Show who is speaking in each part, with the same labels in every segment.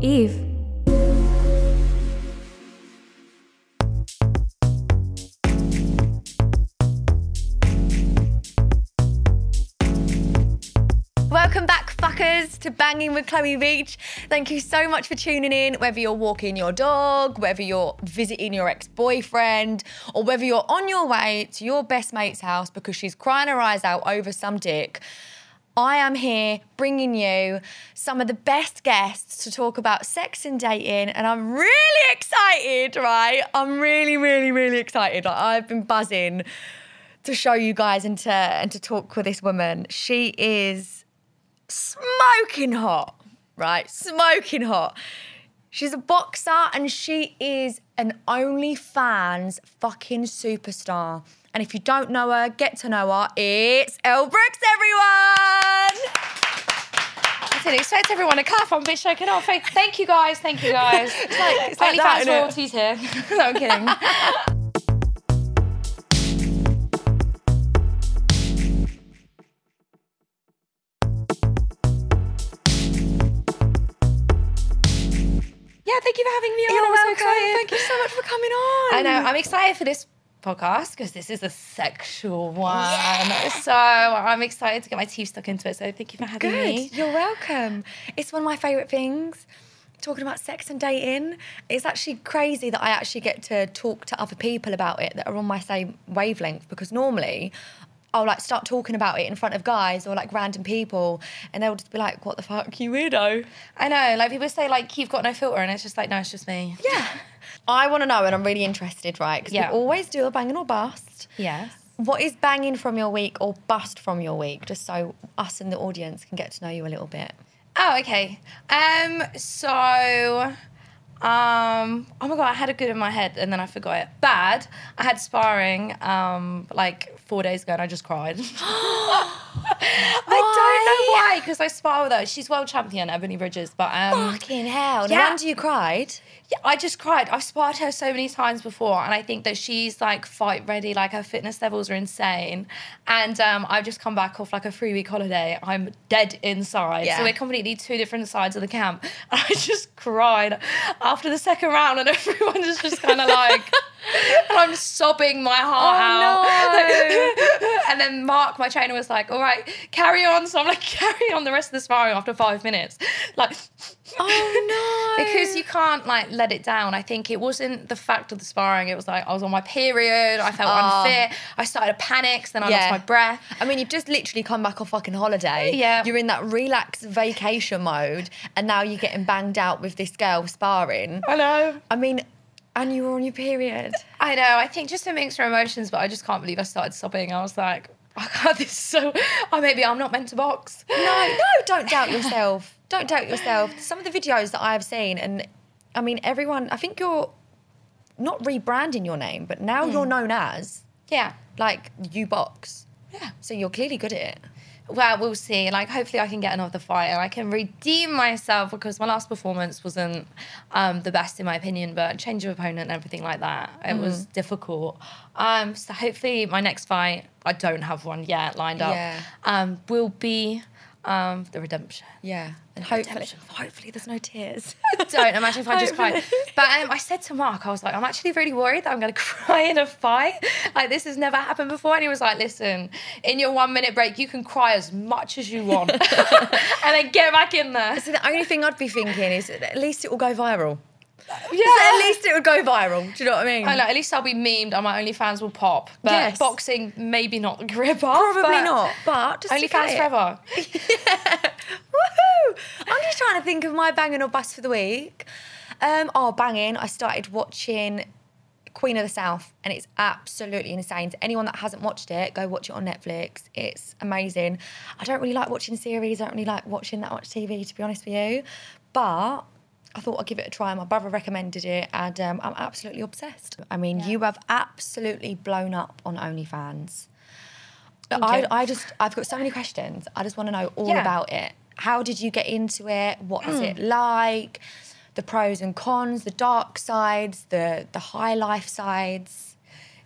Speaker 1: leave. Welcome back, fuckers, to Banging with Chloe Beach. Thank you so much for tuning in, whether you're walking your dog, whether you're visiting your ex boyfriend, or whether you're on your way to your best mate's house because she's crying her eyes out over some dick. I am here bringing you some of the best guests to talk about sex and dating, and I'm really excited, right? I'm really, really, really excited. Like, I've been buzzing to show you guys and to and to talk with this woman. She is smoking hot, right? Smoking hot. She's a boxer and she is an OnlyFans fucking superstar. And if you don't know her, get to know her. It's Elle Brooks, everyone!
Speaker 2: I didn't expect everyone to clap. I'm a bit shaken off. Hey, Thank you guys. Thank you guys. It's
Speaker 1: like- it's like that, innit?
Speaker 2: royalties here.
Speaker 1: no, I'm kidding.
Speaker 2: Yeah, thank you for having me on.
Speaker 1: You're
Speaker 2: I'm so
Speaker 1: welcome.
Speaker 2: excited.
Speaker 1: Thank you so much for coming on.
Speaker 2: I know. I'm excited for this podcast because this is a sexual one. So I'm excited to get my teeth stuck into it. So thank you for having
Speaker 1: Good.
Speaker 2: me.
Speaker 1: You're welcome. It's one of my favourite things. Talking about sex and dating, it's actually crazy that I actually get to talk to other people about it that are on my same wavelength because normally I'll like start talking about it in front of guys or like random people and they'll just be like, What the fuck, you weirdo?
Speaker 2: I know. Like people say, like you've got no filter, and it's just like, no, it's just me.
Speaker 1: Yeah. I want to know and I'm really interested, right? Because
Speaker 2: Yeah.
Speaker 1: we always do a banging or bust.
Speaker 2: Yes.
Speaker 1: What is banging from your week or bust from your week? Just so us and the audience can get to know you a little bit.
Speaker 2: Oh, okay. Um, so, um, oh my god, I had a good in my head and then I forgot it. Bad. I had sparring, um, like four days ago and I just cried. I don't know why, because I spar with her. She's world champion, Ebony Bridges, but um,
Speaker 1: Fucking hell. No
Speaker 2: Yeah.
Speaker 1: wonder you cried.
Speaker 2: yeah, I just cried. I've sparred her so many times before, and I think that she's like fight ready. Like her fitness levels are insane, and um, I've just come back off like a three week holiday. I'm dead inside,
Speaker 1: Yeah.
Speaker 2: so we're completely two different sides of the camp. And I just cried after the second round, and everyone is just kind of like, and I'm sobbing my heart out. and then Mark, my trainer, was like, "All right, carry on." So I'm like, carry on the rest of the sparring after five minutes, like.
Speaker 1: Oh no.
Speaker 2: because you can't like let it down. I think it wasn't the fact of the sparring. It was like I was on my period. I felt
Speaker 1: Ah.
Speaker 2: unfit. I started to panic. So then I
Speaker 1: Yeah.
Speaker 2: lost my breath.
Speaker 1: I mean, you've just literally come back off fucking holiday.
Speaker 2: Yeah.
Speaker 1: You're in that relaxed vacation mode, and now you're getting banged out with this girl sparring.
Speaker 2: I know.
Speaker 1: I mean, and you were on your period.
Speaker 2: I know. I think just a mixture of emotions, but I just can't believe I started sobbing. I was like, oh God, this is so. Oh, maybe I'm not meant to box.
Speaker 1: No, no, don't doubt yourself. Don't doubt yourself. Some of the videos that I have seen, and I mean, everyone, I think you're not rebranding your name, but now you're known as
Speaker 2: Yeah.
Speaker 1: like you box.
Speaker 2: Yeah.
Speaker 1: So you're clearly good at it.
Speaker 2: Well, we'll see. Like, hopefully, I can get another fight and I can redeem myself because my last performance wasn't um, the best in my opinion. But change of opponent and everything like that, it was difficult. Um, so hopefully, my next fight, I don't have one yet lined up.
Speaker 1: Yeah.
Speaker 2: Um, will be um, the redemption.
Speaker 1: Yeah. And hopefully,
Speaker 2: Redemption.
Speaker 1: hopefully there's no tears.
Speaker 2: Don't imagine if I just cried.
Speaker 1: Hopefully.
Speaker 2: But um, I said to Mark, I was like, I'm actually really worried that I'm going to cry in a fight. Like, this has never happened before. And he was like, listen, in your one minute break, you can cry as much as you want and then get back in there.
Speaker 1: So the only thing I'd be thinking is at least it will go viral.
Speaker 2: Yeah.
Speaker 1: At least it would go viral. Do you know what I mean?
Speaker 2: I know, at least I'll be memed and my OnlyFans will pop. But
Speaker 1: Yes.
Speaker 2: boxing, maybe not the grip off.
Speaker 1: Probably
Speaker 2: but
Speaker 1: not, but just to get
Speaker 2: OnlyFans
Speaker 1: it.
Speaker 2: forever.
Speaker 1: Woohoo! I'm just trying to think of my banging or bust for the week. Um, oh, banging! I started watching Queen of the South, and it's absolutely insane. To anyone that hasn't watched it, go watch it on Netflix. It's amazing. I don't really like watching series. I don't really like watching that much TV, to be honest with you. But I thought I'd give it a try. My brother recommended it, and um, I'm absolutely obsessed. I mean, you have absolutely blown up on OnlyFans. I,
Speaker 2: you.
Speaker 1: I just, I've got so many questions. I just want to know all
Speaker 2: Yeah.
Speaker 1: about it. How did you get into it? What is it like? The pros and cons, the dark sides, the the high life sides.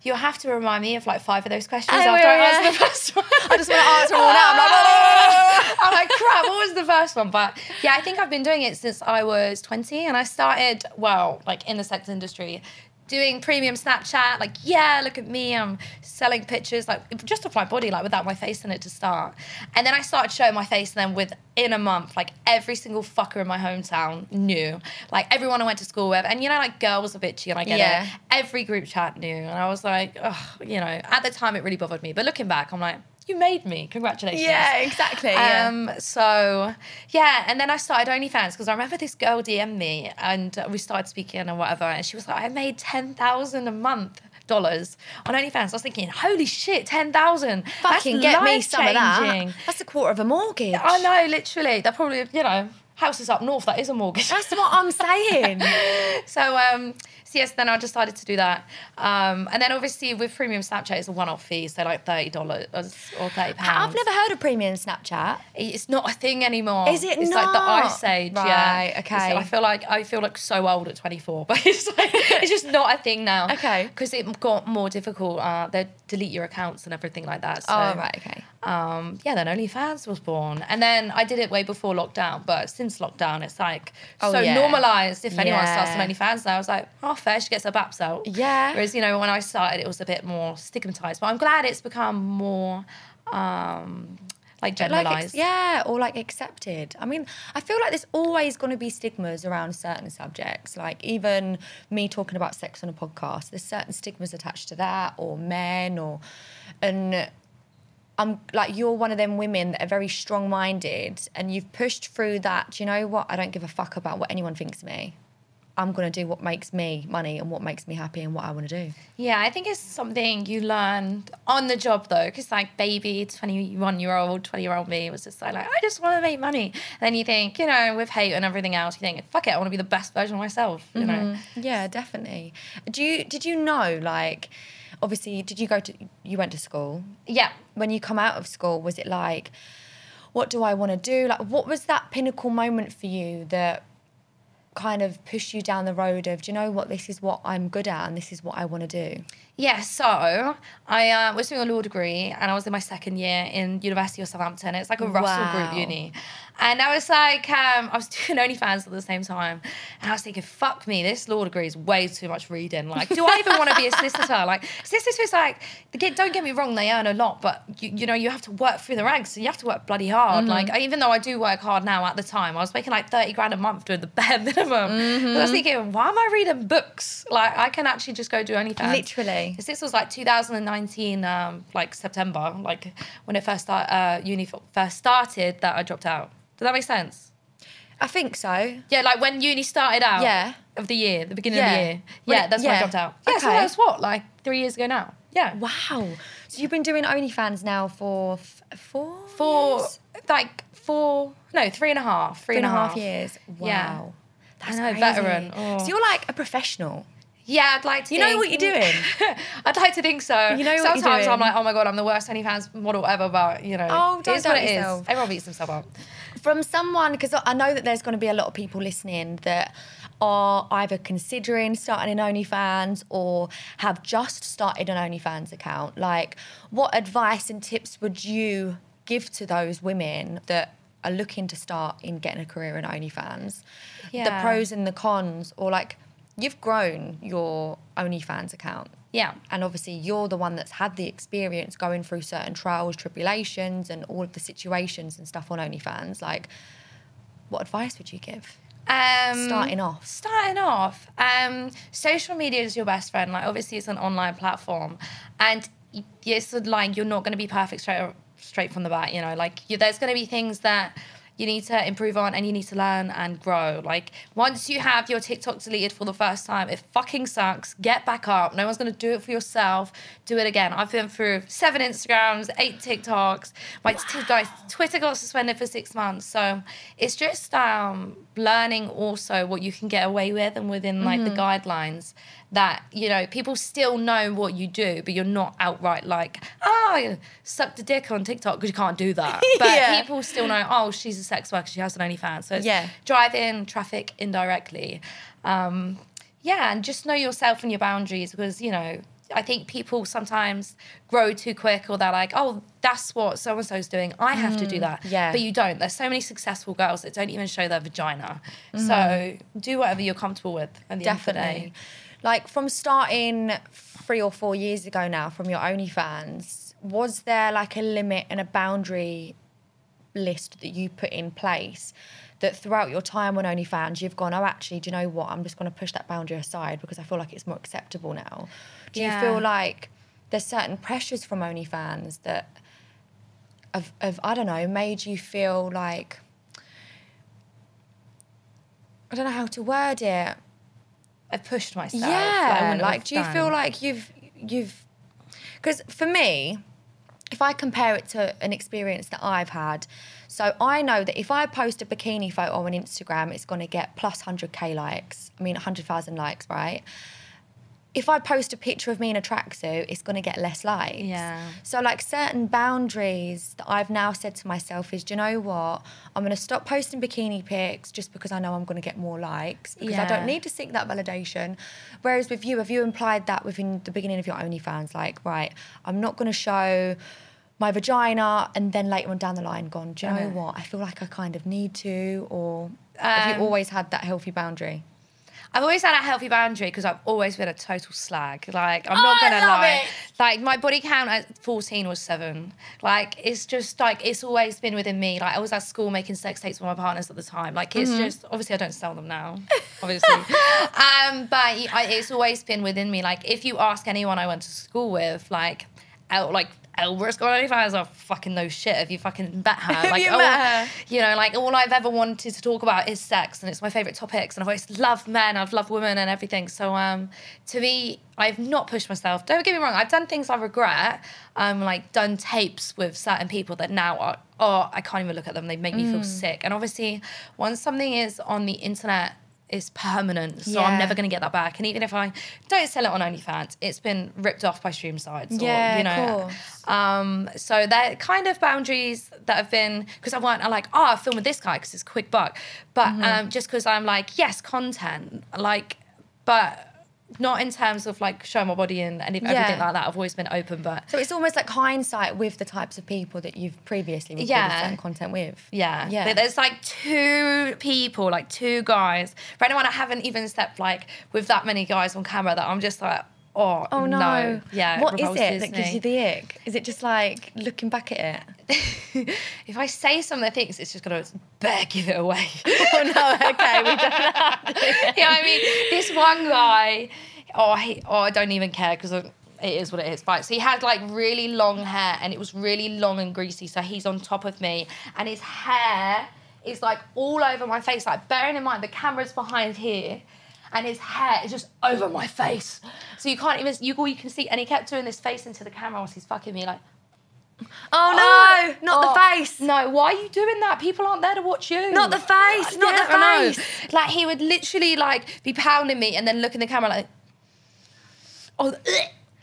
Speaker 2: You'll have to remind me of like five of those questions
Speaker 1: I
Speaker 2: after
Speaker 1: will,
Speaker 2: I answer
Speaker 1: yeah.
Speaker 2: the first one.
Speaker 1: I just want to answer them all now. I'm like,
Speaker 2: I'm like, crap, what was the first one? But yeah, I think I've been doing it since I was 20 and I started, well, like in the sex industry, doing premium Snapchat, like, yeah, look at me, I'm selling pictures, like just of my body, like without my face in it to start. And then I started showing my face, and then within a month, like every single fucker in my hometown knew, like everyone I went to school with. And you know, like girls are bitchy, and I get
Speaker 1: Yeah.
Speaker 2: it. Every group chat knew. And I was like, oh, you know, at the time it really bothered me. But looking back, I'm like, you made me. Congratulations.
Speaker 1: Yeah, exactly. yeah.
Speaker 2: Um, so yeah, and then I started OnlyFans because I remember this girl DM'd me and uh, we started speaking and whatever, and she was like, I made ten thousand a month dollars on OnlyFans. I was thinking, holy shit, ten thousand.
Speaker 1: Fucking get me some of that. That's a quarter of a mortgage.
Speaker 2: I know, literally. They're probably, you know, houses up north, that is a mortgage.
Speaker 1: That's what I'm saying.
Speaker 2: so um so yes then i decided to do that um and then obviously with premium snapchat it's a one-off fee so like $30 or 30 pounds
Speaker 1: I've never heard of premium Snapchat.
Speaker 2: it's not a thing anymore
Speaker 1: Is it
Speaker 2: it's like the
Speaker 1: not?
Speaker 2: ice age
Speaker 1: Right,
Speaker 2: yeah
Speaker 1: okay.
Speaker 2: It's- i feel like i feel like so old at 24 but it's like it's just not a thing now
Speaker 1: Okay.
Speaker 2: because it got more difficult uh they delete your accounts and everything like that so
Speaker 1: oh, right, okay.
Speaker 2: um, yeah, then OnlyFans was born. And then I did it way before lockdown, but since lockdown, it's like
Speaker 1: Oh,
Speaker 2: so
Speaker 1: yeah.
Speaker 2: normalized. If anyone starts an
Speaker 1: Yeah.
Speaker 2: OnlyFans now, I was like, oh, fair, she gets her baps out.
Speaker 1: Yeah.
Speaker 2: Whereas, you know, when I started, it was a bit more stigmatized, but I'm glad it's become more um, like
Speaker 1: Like,
Speaker 2: generalized.
Speaker 1: ex- yeah, or like accepted. I mean, I feel like there's always going to be stigmas around certain subjects. Like even me talking about sex on a podcast, there's certain stigmas attached to that, or men, or and I'm like you're one of them women that are very strong-minded, and you've pushed through that. Do you know what? I don't give a fuck about what anyone thinks of me. I'm gonna do what makes me money and what makes me happy and what I want to do.
Speaker 2: Yeah, I think it's something you learn on the job though, because like baby, 21 year old, 20 year old me was just like, like I just want to make money. And then you think, you know, with hate and everything else, you think, fuck it, I want to be the best version of myself, you
Speaker 1: Mm-hmm.
Speaker 2: know?
Speaker 1: Yeah, definitely. Do you did you know like obviously did you go to you went to school?
Speaker 2: Yeah.
Speaker 1: When you come out of school was it like what do I want to do? Like what was that pinnacle moment for you that kind of pushed you down the road of do you know what this is what I'm good at and this is what I want to do?
Speaker 2: Yeah, so I uh, was doing a law degree and I was in my second year in University of Southampton. It's like a Russell
Speaker 1: Wow.
Speaker 2: Group uni. And I was like, um, I was doing OnlyFans at the same time. And I was thinking, fuck me, this law degree is way too much reading. Like, do I even want to be a solicitor? Like, solicitors, like, the kid, don't get me wrong, they earn a lot, but you, you know, you have to work through the ranks and you have to work bloody hard. Like, I- even though I do work hard now at the time, I was making like 30 grand a month doing the bare minimum. But I was thinking, why am I reading books? Like, I can actually just go do OnlyFans.
Speaker 1: Literally.
Speaker 2: Because this was like 2019, um, like September, like when it first start, uh, uni f- first started that I dropped out. Does that make sense?
Speaker 1: I think so.
Speaker 2: Yeah, like when uni started out.
Speaker 1: Yeah.
Speaker 2: Of the year, the beginning
Speaker 1: Yeah.
Speaker 2: of the year.
Speaker 1: When
Speaker 2: yeah,
Speaker 1: it-
Speaker 2: that's when
Speaker 1: yeah.
Speaker 2: I dropped out. Yeah, so
Speaker 1: Okay.
Speaker 2: that's what, like three years ago now. Yeah.
Speaker 1: Wow. So you've been doing OnlyFans now for f- four
Speaker 2: Four,
Speaker 1: years?
Speaker 2: like four, no, three and a half,
Speaker 1: Three and a half
Speaker 2: years.
Speaker 1: years. Wow.
Speaker 2: Yeah.
Speaker 1: That's
Speaker 2: I know,
Speaker 1: crazy.
Speaker 2: veteran. Oh.
Speaker 1: So you're like a professional.
Speaker 2: Yeah, I'd like to.
Speaker 1: You know
Speaker 2: think-
Speaker 1: what you're doing.
Speaker 2: I'd like to think so.
Speaker 1: You know what you're
Speaker 2: Sometimes I'm
Speaker 1: doing.
Speaker 2: like, oh my god, I'm the worst OnlyFans model ever, but you know,
Speaker 1: Oh, don't
Speaker 2: it is what it
Speaker 1: doubt
Speaker 2: is.
Speaker 1: yourself.
Speaker 2: Everyone beats themselves up.
Speaker 1: from someone because I know that there's going to be a lot of people listening that are either considering starting an OnlyFans or have just started an OnlyFans account. Like, what advice and tips would you give to those women that are looking to start in getting a career in OnlyFans? The
Speaker 2: Yeah.
Speaker 1: pros and the cons, or like, you've grown your OnlyFans account.
Speaker 2: Yeah.
Speaker 1: And obviously, you're the one that's had the experience going through certain trials, tribulations, and all of the situations and stuff on OnlyFans. Like, what advice would you give?
Speaker 2: Um,
Speaker 1: Starting off.
Speaker 2: Starting off, um, social media is your best friend. Like, obviously, it's an online platform, and y- it's like you're not going to be perfect straight straight from the bat. You know, like you, there's going to be things that you need to improve on, and you need to learn and grow. Like once you have your TikTok deleted for the first time, it fucking sucks. Get back up. No one's going to do it for yourself. Do it again. I've been through seven Instagrams, eight TikToks. My t- guys, Twitter got suspended for six months. So it's just um, learning also what you can get away with and within like the
Speaker 1: Mm-hmm.
Speaker 2: guidelines that you know people still know what you do, but you're not outright like oh suck the dick on TikTok because you can't do that. But
Speaker 1: Yeah.
Speaker 2: people still know oh she's a sex worker, she has an OnlyFans. So it's
Speaker 1: Yeah.
Speaker 2: drive in traffic indirectly. Um, yeah, and just know yourself and your boundaries because you know I think people sometimes grow too quick or they're like, oh, that's what so and so's doing. I have to do that.
Speaker 1: Mm, yeah.
Speaker 2: But you don't. There's so many successful girls that don't even show their vagina. So do whatever you're comfortable with. At the End of the
Speaker 1: Mm. Definitely.
Speaker 2: day.
Speaker 1: Like from starting three or four years ago now from your OnlyFans, was there like a limit and a boundary list that you put in place that throughout your time on OnlyFans you've gone, oh, actually, do you know what? I'm just going to push that boundary aside because I feel like it's more acceptable now. Do
Speaker 2: Yeah.
Speaker 1: you feel like there's certain pressures from OnlyFans that have, have, I don't know, made you feel like, I don't know how to word it.
Speaker 2: I've pushed myself. like, I
Speaker 1: Yeah,
Speaker 2: wouldn't
Speaker 1: like,
Speaker 2: have
Speaker 1: do you feel
Speaker 2: done.
Speaker 1: like you've you've because for me, if I compare it to an experience that I've had, so I know that if I post a bikini photo on Instagram, it's going to get plus 100k likes. I mean, 100,000 likes, right? If I post a picture of me in a tracksuit, it's going to get less likes.
Speaker 2: Yeah.
Speaker 1: So, like certain boundaries that I've now said to myself is, do you know what? I'm going to stop posting bikini pics just because I know I'm going to get more likes because I don't
Speaker 2: Yeah.
Speaker 1: need to seek that validation. Whereas with you, have you implied that within the beginning of your OnlyFans? Like, right, I'm not going to show my vagina and then later on down the line gone, do you know
Speaker 2: know.
Speaker 1: what? I feel like I kind of need to, or have you always had that healthy boundary?
Speaker 2: I've always had a healthy boundary because I've always been a total slag. Like I'm
Speaker 1: Oh,
Speaker 2: not
Speaker 1: I
Speaker 2: gonna
Speaker 1: love
Speaker 2: lie.
Speaker 1: it.
Speaker 2: Like my body count at 14 was seven. Like it's just like it's always been within me. Like I was at school making sex tapes with my partners at the time. Like it's
Speaker 1: Mm-hmm.
Speaker 2: just obviously I don't sell them now, obviously. um, but y- I, it's always been within me. Like if you ask anyone I went to school with, like, El, like Elbra's got any fans? I fucking know shit. If you fucking met her,
Speaker 1: Have
Speaker 2: like
Speaker 1: you
Speaker 2: all-
Speaker 1: met her?
Speaker 2: you know, like all I've ever wanted to talk about is sex, and it's my favorite topics. And I've always loved men, I've loved women, and everything. So, um, to me, I've not pushed myself. Don't get me wrong, I've done things I regret. Um, like done tapes with certain people that now are, oh, I can't even look at them. They make me feel sick. And obviously, once something is on the internet. It's permanent, so
Speaker 1: Yeah.
Speaker 2: I'm never gonna get that back. And even if I don't sell it on OnlyFans, it's been ripped off by stream sites.
Speaker 1: Yeah,
Speaker 2: or, you know,
Speaker 1: of course.
Speaker 2: um, so they're kind of boundaries that have been because I weren't like, oh, I'll film with this guy because it's a quick buck. But
Speaker 1: Mm-hmm.
Speaker 2: um, just because I'm like, yes, content, like, but not in terms of like showing my body and, and everything like that. I've always been open, but
Speaker 1: So it's almost like hindsight with the types of people that you've previously recorded
Speaker 2: Yeah.
Speaker 1: certain content with.
Speaker 2: Yeah.
Speaker 1: Yeah.
Speaker 2: But there's like two people, like two guys. For anyone I haven't even stepped like with that many guys on camera that I'm just like, oh,
Speaker 1: Oh no.
Speaker 2: Yeah.
Speaker 1: What is
Speaker 2: revolses
Speaker 1: it that
Speaker 2: me.
Speaker 1: gives you the ick? Is it just like looking back at it?
Speaker 2: if I say some of the things, it's just gonna bear give it away.
Speaker 1: Oh no, okay, we don't
Speaker 2: you know what I mean? This one guy, oh, he, oh I don't even care because it is what it is. But so he had like really long hair and it was really long and greasy. So he's on top of me and his hair is like all over my face. Like bearing in mind the camera's behind here. And his hair is just over my face, so you can't even you all you can see. And he kept doing this face into the camera whilst he's fucking me, like
Speaker 1: Oh no, not the
Speaker 2: Oh,
Speaker 1: face.
Speaker 2: No, why are you doing that? People aren't there to watch you.
Speaker 1: Not the face, not
Speaker 2: I
Speaker 1: the
Speaker 2: know.
Speaker 1: face.
Speaker 2: Like he would literally like be pounding me and then look in the camera like, oh, ugh,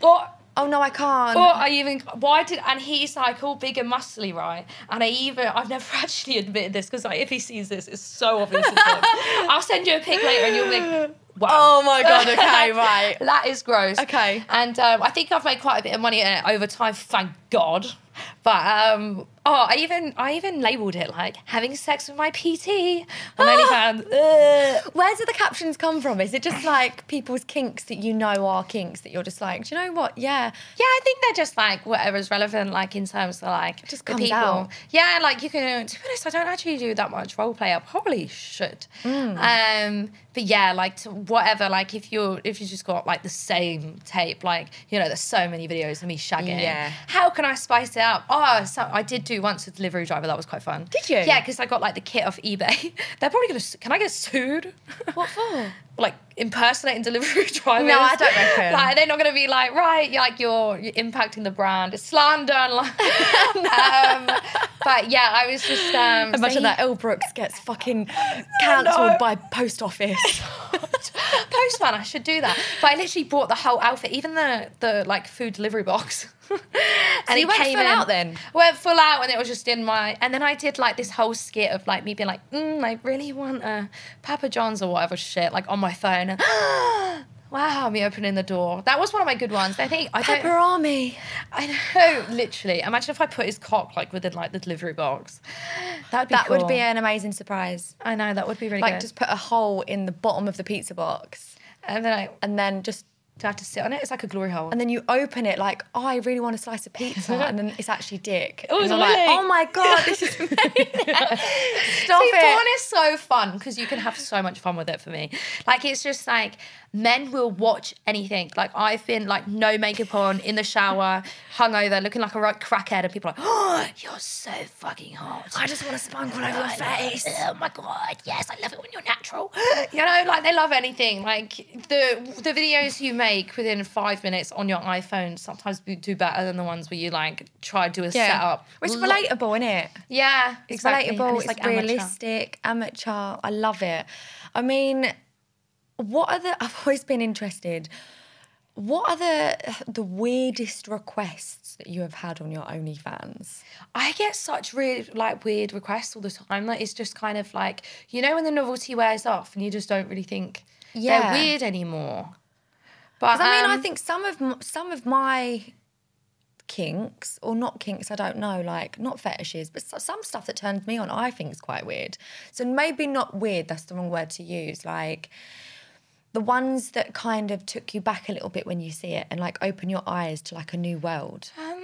Speaker 2: oh.
Speaker 1: Oh no, I can't.
Speaker 2: Or I even why did and he's like all big and muscly, right? And I even I've never actually admitted this because like if he sees this, it's so obvious. it's him. I'll send you a pic later, and you'll be like, wow.
Speaker 1: Oh my God, okay, right.
Speaker 2: that is gross.
Speaker 1: Okay.
Speaker 2: And um, I think I've made quite a bit of money in it over time, thank God. But um, oh, I even I even labelled it like having sex with my PT on OnlyFans. Ugh.
Speaker 1: Where do the captions come from? Is it just like people's kinks that you know are kinks that you're just like, do you know what? Yeah.
Speaker 2: Yeah, I think they're just like whatever's relevant, like in terms of like
Speaker 1: just
Speaker 2: the
Speaker 1: comes
Speaker 2: people.
Speaker 1: out.
Speaker 2: Yeah, like you can. To be honest, I don't actually do that much role play. I probably should.
Speaker 1: Mm.
Speaker 2: Um, but yeah, like to whatever. Like if you're if you just got like the same tape, like you know, there's so many videos of me shagging.
Speaker 1: Yeah.
Speaker 2: How can I spice it up? Oh, so I did do once with delivery driver. That was quite fun.
Speaker 1: Did you?
Speaker 2: Yeah, because I got like the kit off eBay. They're probably gonna. su- Can I get sued?
Speaker 1: What for?
Speaker 2: like impersonating delivery drivers.
Speaker 1: No, I don't reckon.
Speaker 2: Like they're not gonna be like, right, you're like you're, you're impacting the brand. It's slander. And like, um, but yeah, I was just um, so
Speaker 1: Imagine
Speaker 2: he-
Speaker 1: that Elle Brooks gets fucking cancelled
Speaker 2: no.
Speaker 1: by post office.
Speaker 2: Postman, I should do that. But I literally bought the whole outfit, even the the like food delivery box. and
Speaker 1: you
Speaker 2: it
Speaker 1: went
Speaker 2: came
Speaker 1: full
Speaker 2: in-
Speaker 1: out then?
Speaker 2: Went full out, and it was just in my. And then I did like this whole skit of like me being like, mm, I really want a Papa John's or whatever shit, like on my phone. And, wow, me opening the door. That was one of my good ones. I think I don't.
Speaker 1: Pepperami.
Speaker 2: I know, literally. Imagine if I put his cock like within like the delivery box. That'd be
Speaker 1: That would
Speaker 2: cool.
Speaker 1: be an amazing surprise.
Speaker 2: I know that would be really
Speaker 1: Like
Speaker 2: good.
Speaker 1: just put a hole in the bottom of the pizza box
Speaker 2: and then I
Speaker 1: and then just
Speaker 2: do I have to sit on it. It's like a glory hole.
Speaker 1: and then you open it like, oh, I really want a slice of pizza, and then it's actually dick.
Speaker 2: Oh,
Speaker 1: and
Speaker 2: it's
Speaker 1: you're like,
Speaker 2: amazing.
Speaker 1: oh my god, this is amazing. Stop
Speaker 2: See, porn
Speaker 1: it.
Speaker 2: is so fun because you can have so much fun with it for me. Like it's just like men will watch anything. Like I've been like no makeup on in the shower, hungover, looking like a right crackhead, and people are like, "Oh, you're so fucking hot."
Speaker 1: I just want to spunk all over your face.
Speaker 2: Oh my god, yes, I love it when you're natural. You know, like they love anything. Like the the videos you make within five minutes on your iPhone sometimes be- do better than the ones where you like try to do a setup.
Speaker 1: It's
Speaker 2: Lo-
Speaker 1: relatable, isn't it?
Speaker 2: Yeah,
Speaker 1: It's
Speaker 2: exactly. And
Speaker 1: relatable, it's,
Speaker 2: amateur.
Speaker 1: realistic, amateur. I love it. I mean, what are the I've always been interested. What are the the weirdest requests that you have had on your OnlyFans?
Speaker 2: I get such weird, like weird requests all the time. Like it's just kind of like you know when the novelty wears off and you just don't really think
Speaker 1: Yeah.
Speaker 2: they're weird anymore. But
Speaker 1: 'Cause I mean,
Speaker 2: um,
Speaker 1: I think some of m- some of my kinks or not kinks, I don't know, like not fetishes, but so- some stuff that turns me on, I think is quite weird. So maybe not weird. That's the wrong word to use. Like the ones that kind of took you back a little bit when you see it and like open your eyes to like a new world.
Speaker 2: Um,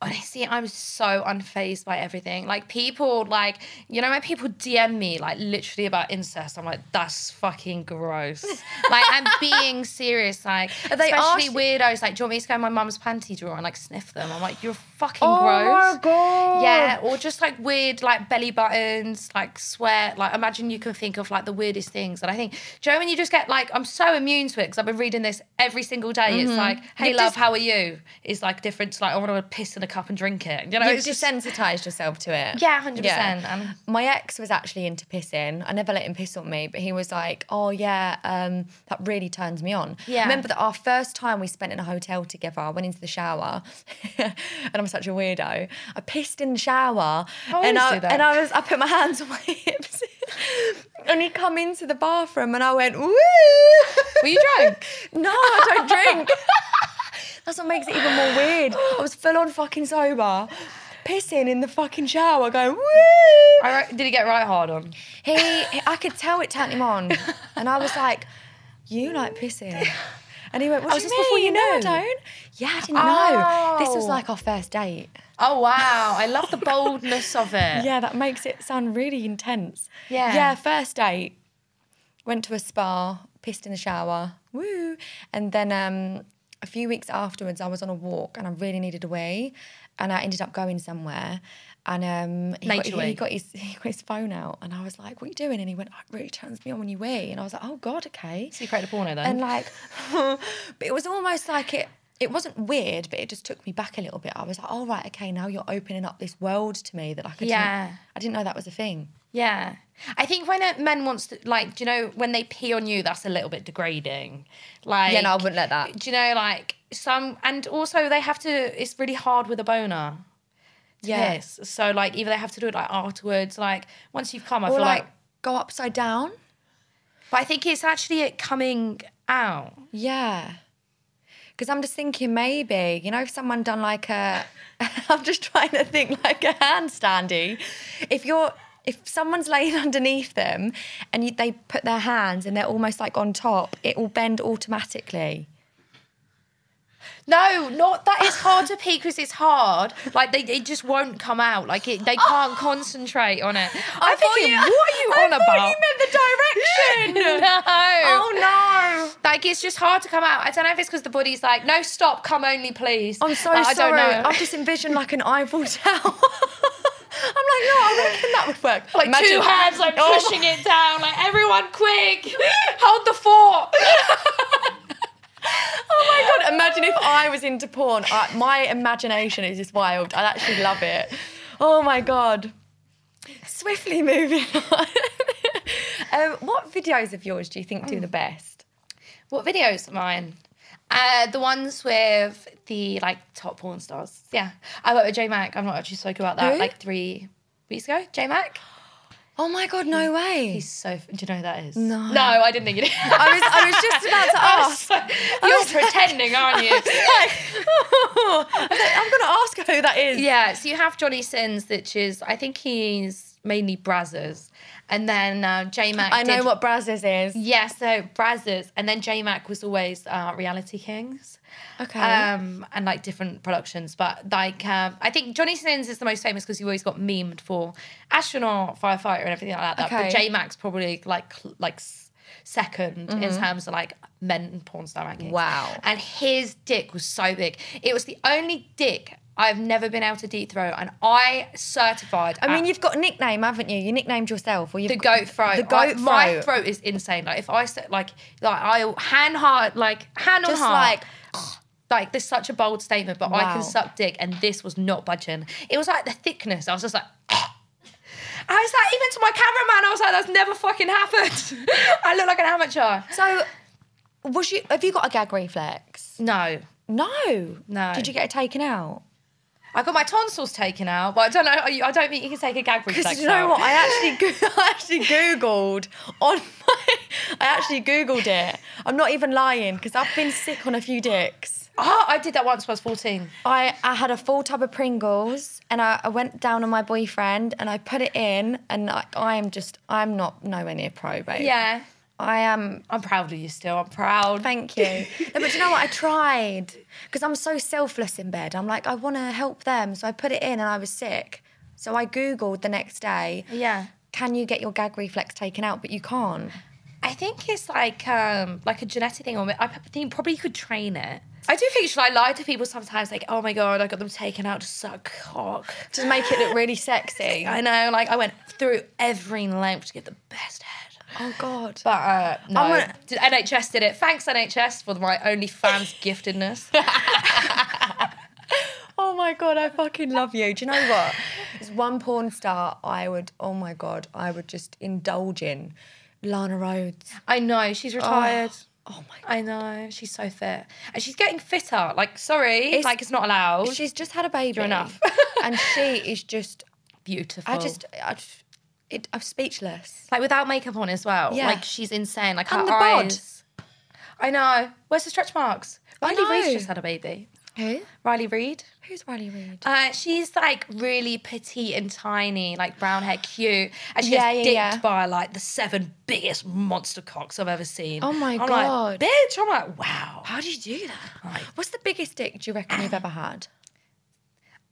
Speaker 2: honestly, I'm so unfazed by everything. Like people, like you know, when people DM me like literally about incest, I'm like, that's fucking gross. like I'm being serious. Like
Speaker 1: Are they
Speaker 2: especially
Speaker 1: ask-
Speaker 2: weirdos. Like, do you want me to go in my mum's panty drawer and like sniff them? I'm like, you're fucking
Speaker 1: Oh
Speaker 2: gross.
Speaker 1: my God.
Speaker 2: Yeah, or just like weird like belly buttons, like sweat. Like imagine you can think of like the weirdest things. And I think, do you know when you just get like, I'm so immune to it because I've been reading this every single day. It's like, hey love,
Speaker 1: You've Mm-hmm. just-
Speaker 2: how are you? Is like different to like I want to piss in a cup and drink it. You know,
Speaker 1: You've
Speaker 2: it's just
Speaker 1: desensitized yourself to it.
Speaker 2: yeah, hundred percent. And
Speaker 1: My ex was actually into pissing. I never let him piss on me, but he was like, "Oh yeah, um, that really turns me on."
Speaker 2: Yeah.
Speaker 1: Remember that our first time we spent in a hotel together. I went into the shower, and I'm such a weirdo. I pissed in the shower,
Speaker 2: I always
Speaker 1: and I
Speaker 2: do that.
Speaker 1: and I was I put my hands on my hips, and he come into the bathroom, and I went, "Woo!"
Speaker 2: were you drunk?
Speaker 1: No, I don't drink. That's what makes it even more weird. I was full on fucking sober, pissing in the fucking shower, going, "Woo!"
Speaker 2: I wrote, did he get right hard on?
Speaker 1: He, he- I could tell it turned him on, and I was like, "You like pissing." And he went, "What
Speaker 2: Oh, is
Speaker 1: do you
Speaker 2: this before
Speaker 1: mean?
Speaker 2: you
Speaker 1: No, I
Speaker 2: knew?
Speaker 1: don't. Yeah, I didn't know. This was
Speaker 2: Oh.
Speaker 1: like our first date.
Speaker 2: Oh wow, I love the boldness of it.
Speaker 1: Yeah, that makes it sound really intense.
Speaker 2: Yeah.
Speaker 1: yeah. First date, went to a spa, pissed in the shower, woo, and then um, a few weeks afterwards, I was on a walk and I really needed a wee, and I ended up going somewhere. And um, he, got,
Speaker 2: Nature
Speaker 1: he- he
Speaker 2: wee.
Speaker 1: got his he got his phone out, and I was like, "What are you doing?" And he went, oh, "It really turns me on when you wee." And I was like, "Oh God, okay."
Speaker 2: So you created a porno then.
Speaker 1: and like but it was almost like it it wasn't weird but it just took me back a little bit i was like all right, okay now you're opening up this world to me that i could
Speaker 2: Yeah.
Speaker 1: i didn't know that was a thing
Speaker 2: Yeah. I think when a men wants to like, do you know, when they pee on you, that's a little bit degrading. Like
Speaker 1: Yeah, no, I wouldn't let that.
Speaker 2: Do you know, like some and also they have to it's really hard with a boner.
Speaker 1: Yes.
Speaker 2: Yes. So like either they have to do it like afterwards, like once you've come, I
Speaker 1: or
Speaker 2: feel
Speaker 1: like,
Speaker 2: like,
Speaker 1: go upside down
Speaker 2: but I think it's actually
Speaker 1: uh,
Speaker 2: it coming out.
Speaker 1: yeah because i'm just thinking maybe you know if someone done like a i'm just trying to think like a handstandy if you're if someone's laying underneath them and you, they put their hands and they're almost like on top it will bend automatically
Speaker 2: No, not that it's hard to pee because it's hard. Like they it just won't come out. Like it they can't concentrate on it. I'm
Speaker 1: thought
Speaker 2: thinking,
Speaker 1: you-
Speaker 2: what are you
Speaker 1: I
Speaker 2: on
Speaker 1: thought
Speaker 2: about?
Speaker 1: you meant the direction.
Speaker 2: no.
Speaker 1: Oh no.
Speaker 2: Like it's just hard to come out. I don't know if it's because the body's like, no, stop, come only, please.
Speaker 1: I'm so
Speaker 2: Like, I
Speaker 1: sorry.
Speaker 2: don't know.
Speaker 1: I've just envisioned like an Eiffel Tower. I'm like, no, I reckon that would work.
Speaker 2: like two hands, like pushing it down. Like everyone, quick, hold the fort.
Speaker 1: Oh my god! Imagine if I was into porn. I, my imagination is just wild. I actually love it. Oh my god. Swiftly moving on. um, what videos of yours do you think do the best?
Speaker 2: What videos are mine? Uh, the ones with the like top porn stars. Yeah, I worked with J Mac. I'm not actually spoke about that
Speaker 1: Who?
Speaker 2: like three weeks ago. J Mac.
Speaker 1: Oh my god, no way.
Speaker 2: He's so. f- Do you know who that is?
Speaker 1: No.
Speaker 2: No, I didn't think you did.
Speaker 1: I was I was just about to ask.
Speaker 2: You're
Speaker 1: was like-
Speaker 2: pretending, aren't you?
Speaker 1: I was like, I'm gonna ask her who that is.
Speaker 2: Yeah, so you have Johnny Sins, which is I think he's mainly Brazzers, and then uh, J Mac.
Speaker 1: I know what Brazzers is.
Speaker 2: Yeah, so Brazzers, and then J Mac was always uh, Reality Kings,
Speaker 1: Okay.
Speaker 2: um, and like different productions. But like, um, I think Johnny Sins is the most famous because he always got memed for astronaut, firefighter, and everything like that.
Speaker 1: Okay.
Speaker 2: But J Mac's probably like cl- like s- 2nd in terms of like men porn star rankings.
Speaker 1: Mm-hmm. Wow.
Speaker 2: And his dick was so big. It was the only dick I've never been able to deep throw, and I certified.
Speaker 1: I mean,
Speaker 2: at
Speaker 1: you've got a nickname, haven't you? You nicknamed yourself, or you've
Speaker 2: the
Speaker 1: got-
Speaker 2: goat throat.
Speaker 1: Ah. The goat
Speaker 2: I- My
Speaker 1: throat.
Speaker 2: throat is insane. Like if I said like like I hand hard like hand
Speaker 1: Just
Speaker 2: on heart.
Speaker 1: like-
Speaker 2: Like this, is such a bold statement, but I
Speaker 1: Wow.
Speaker 2: can suck dick, and this was not budging. It was like the thickness. I was just like, I was like, even to my cameraman, I was like, that's never fucking happened. I look like an amateur.
Speaker 1: So, was you? Have you got a gag reflex?
Speaker 2: No,
Speaker 1: No.
Speaker 2: No.
Speaker 1: Did you get it taken out?
Speaker 2: I got my tonsils taken out, but I don't know. I don't think you can take a gag reflex.
Speaker 1: Because you know
Speaker 2: out.
Speaker 1: what, I actually go- I actually googled on my I actually googled it. I'm not even lying because I've been sick on a few dicks.
Speaker 2: Oh, I did that once when I was fourteen.
Speaker 1: I, I had a full tub of Pringles and I, I went down on my boyfriend and I put it in and I, I am just I'm not nowhere near pro, babe.
Speaker 2: Yeah,
Speaker 1: I am
Speaker 2: I'm proud of you still. I'm proud.
Speaker 1: Thank you. No, but do you know what? I tried because I'm so selfless in bed. I'm like, I want to help them. So I put it in and I was sick. So I Googled the next day,
Speaker 2: yeah.
Speaker 1: can you get your gag reflex taken out? But you can't.
Speaker 2: I think it's like um like a genetic thing. Or I p- think probably you could train it. I do think should I lie to people sometimes? Like, oh my god, I got them taken out to suck cock.
Speaker 1: Just make it look really sexy.
Speaker 2: I know. Like, I went through every length to get the best head.
Speaker 1: Oh, God.
Speaker 2: But uh, no,
Speaker 1: I'm gonna-
Speaker 2: Did- NHS did it. Thanks NHS for my OnlyFans giftedness.
Speaker 1: Oh, my God. I fucking love you. Do you know what? There's one porn star I would, oh, my God, I would just indulge in. Lana Rhodes.
Speaker 2: I know she's retired.
Speaker 1: Oh, my
Speaker 2: I know she's so fit, and she's getting fitter. Like, sorry,
Speaker 1: It's-
Speaker 2: like it's not allowed.
Speaker 1: She's just had a baby.
Speaker 2: You're enough.
Speaker 1: and she is just,
Speaker 2: beautiful.
Speaker 1: I just, I just, it, I'm speechless.
Speaker 2: like without makeup on as well.
Speaker 1: Yeah.
Speaker 2: Like she's insane. Like her
Speaker 1: And the bod.
Speaker 2: eyes. I know. Where's the stretch marks?
Speaker 1: I
Speaker 2: Riley Reid's
Speaker 1: know.
Speaker 2: just had a baby.
Speaker 1: Who?
Speaker 2: Riley Reid.
Speaker 1: Who's Riley Reid?
Speaker 2: Uh, she's like really petite and tiny, like brown hair, cute, and she
Speaker 1: Yeah,
Speaker 2: gets
Speaker 1: yeah,
Speaker 2: dicked
Speaker 1: yeah.
Speaker 2: by like the seven biggest monster cocks I've ever seen.
Speaker 1: Oh my
Speaker 2: I'm like,
Speaker 1: God.
Speaker 2: bitch! I'm like, wow.
Speaker 1: How do you do that? What's the biggest dick do you reckon you've ever had?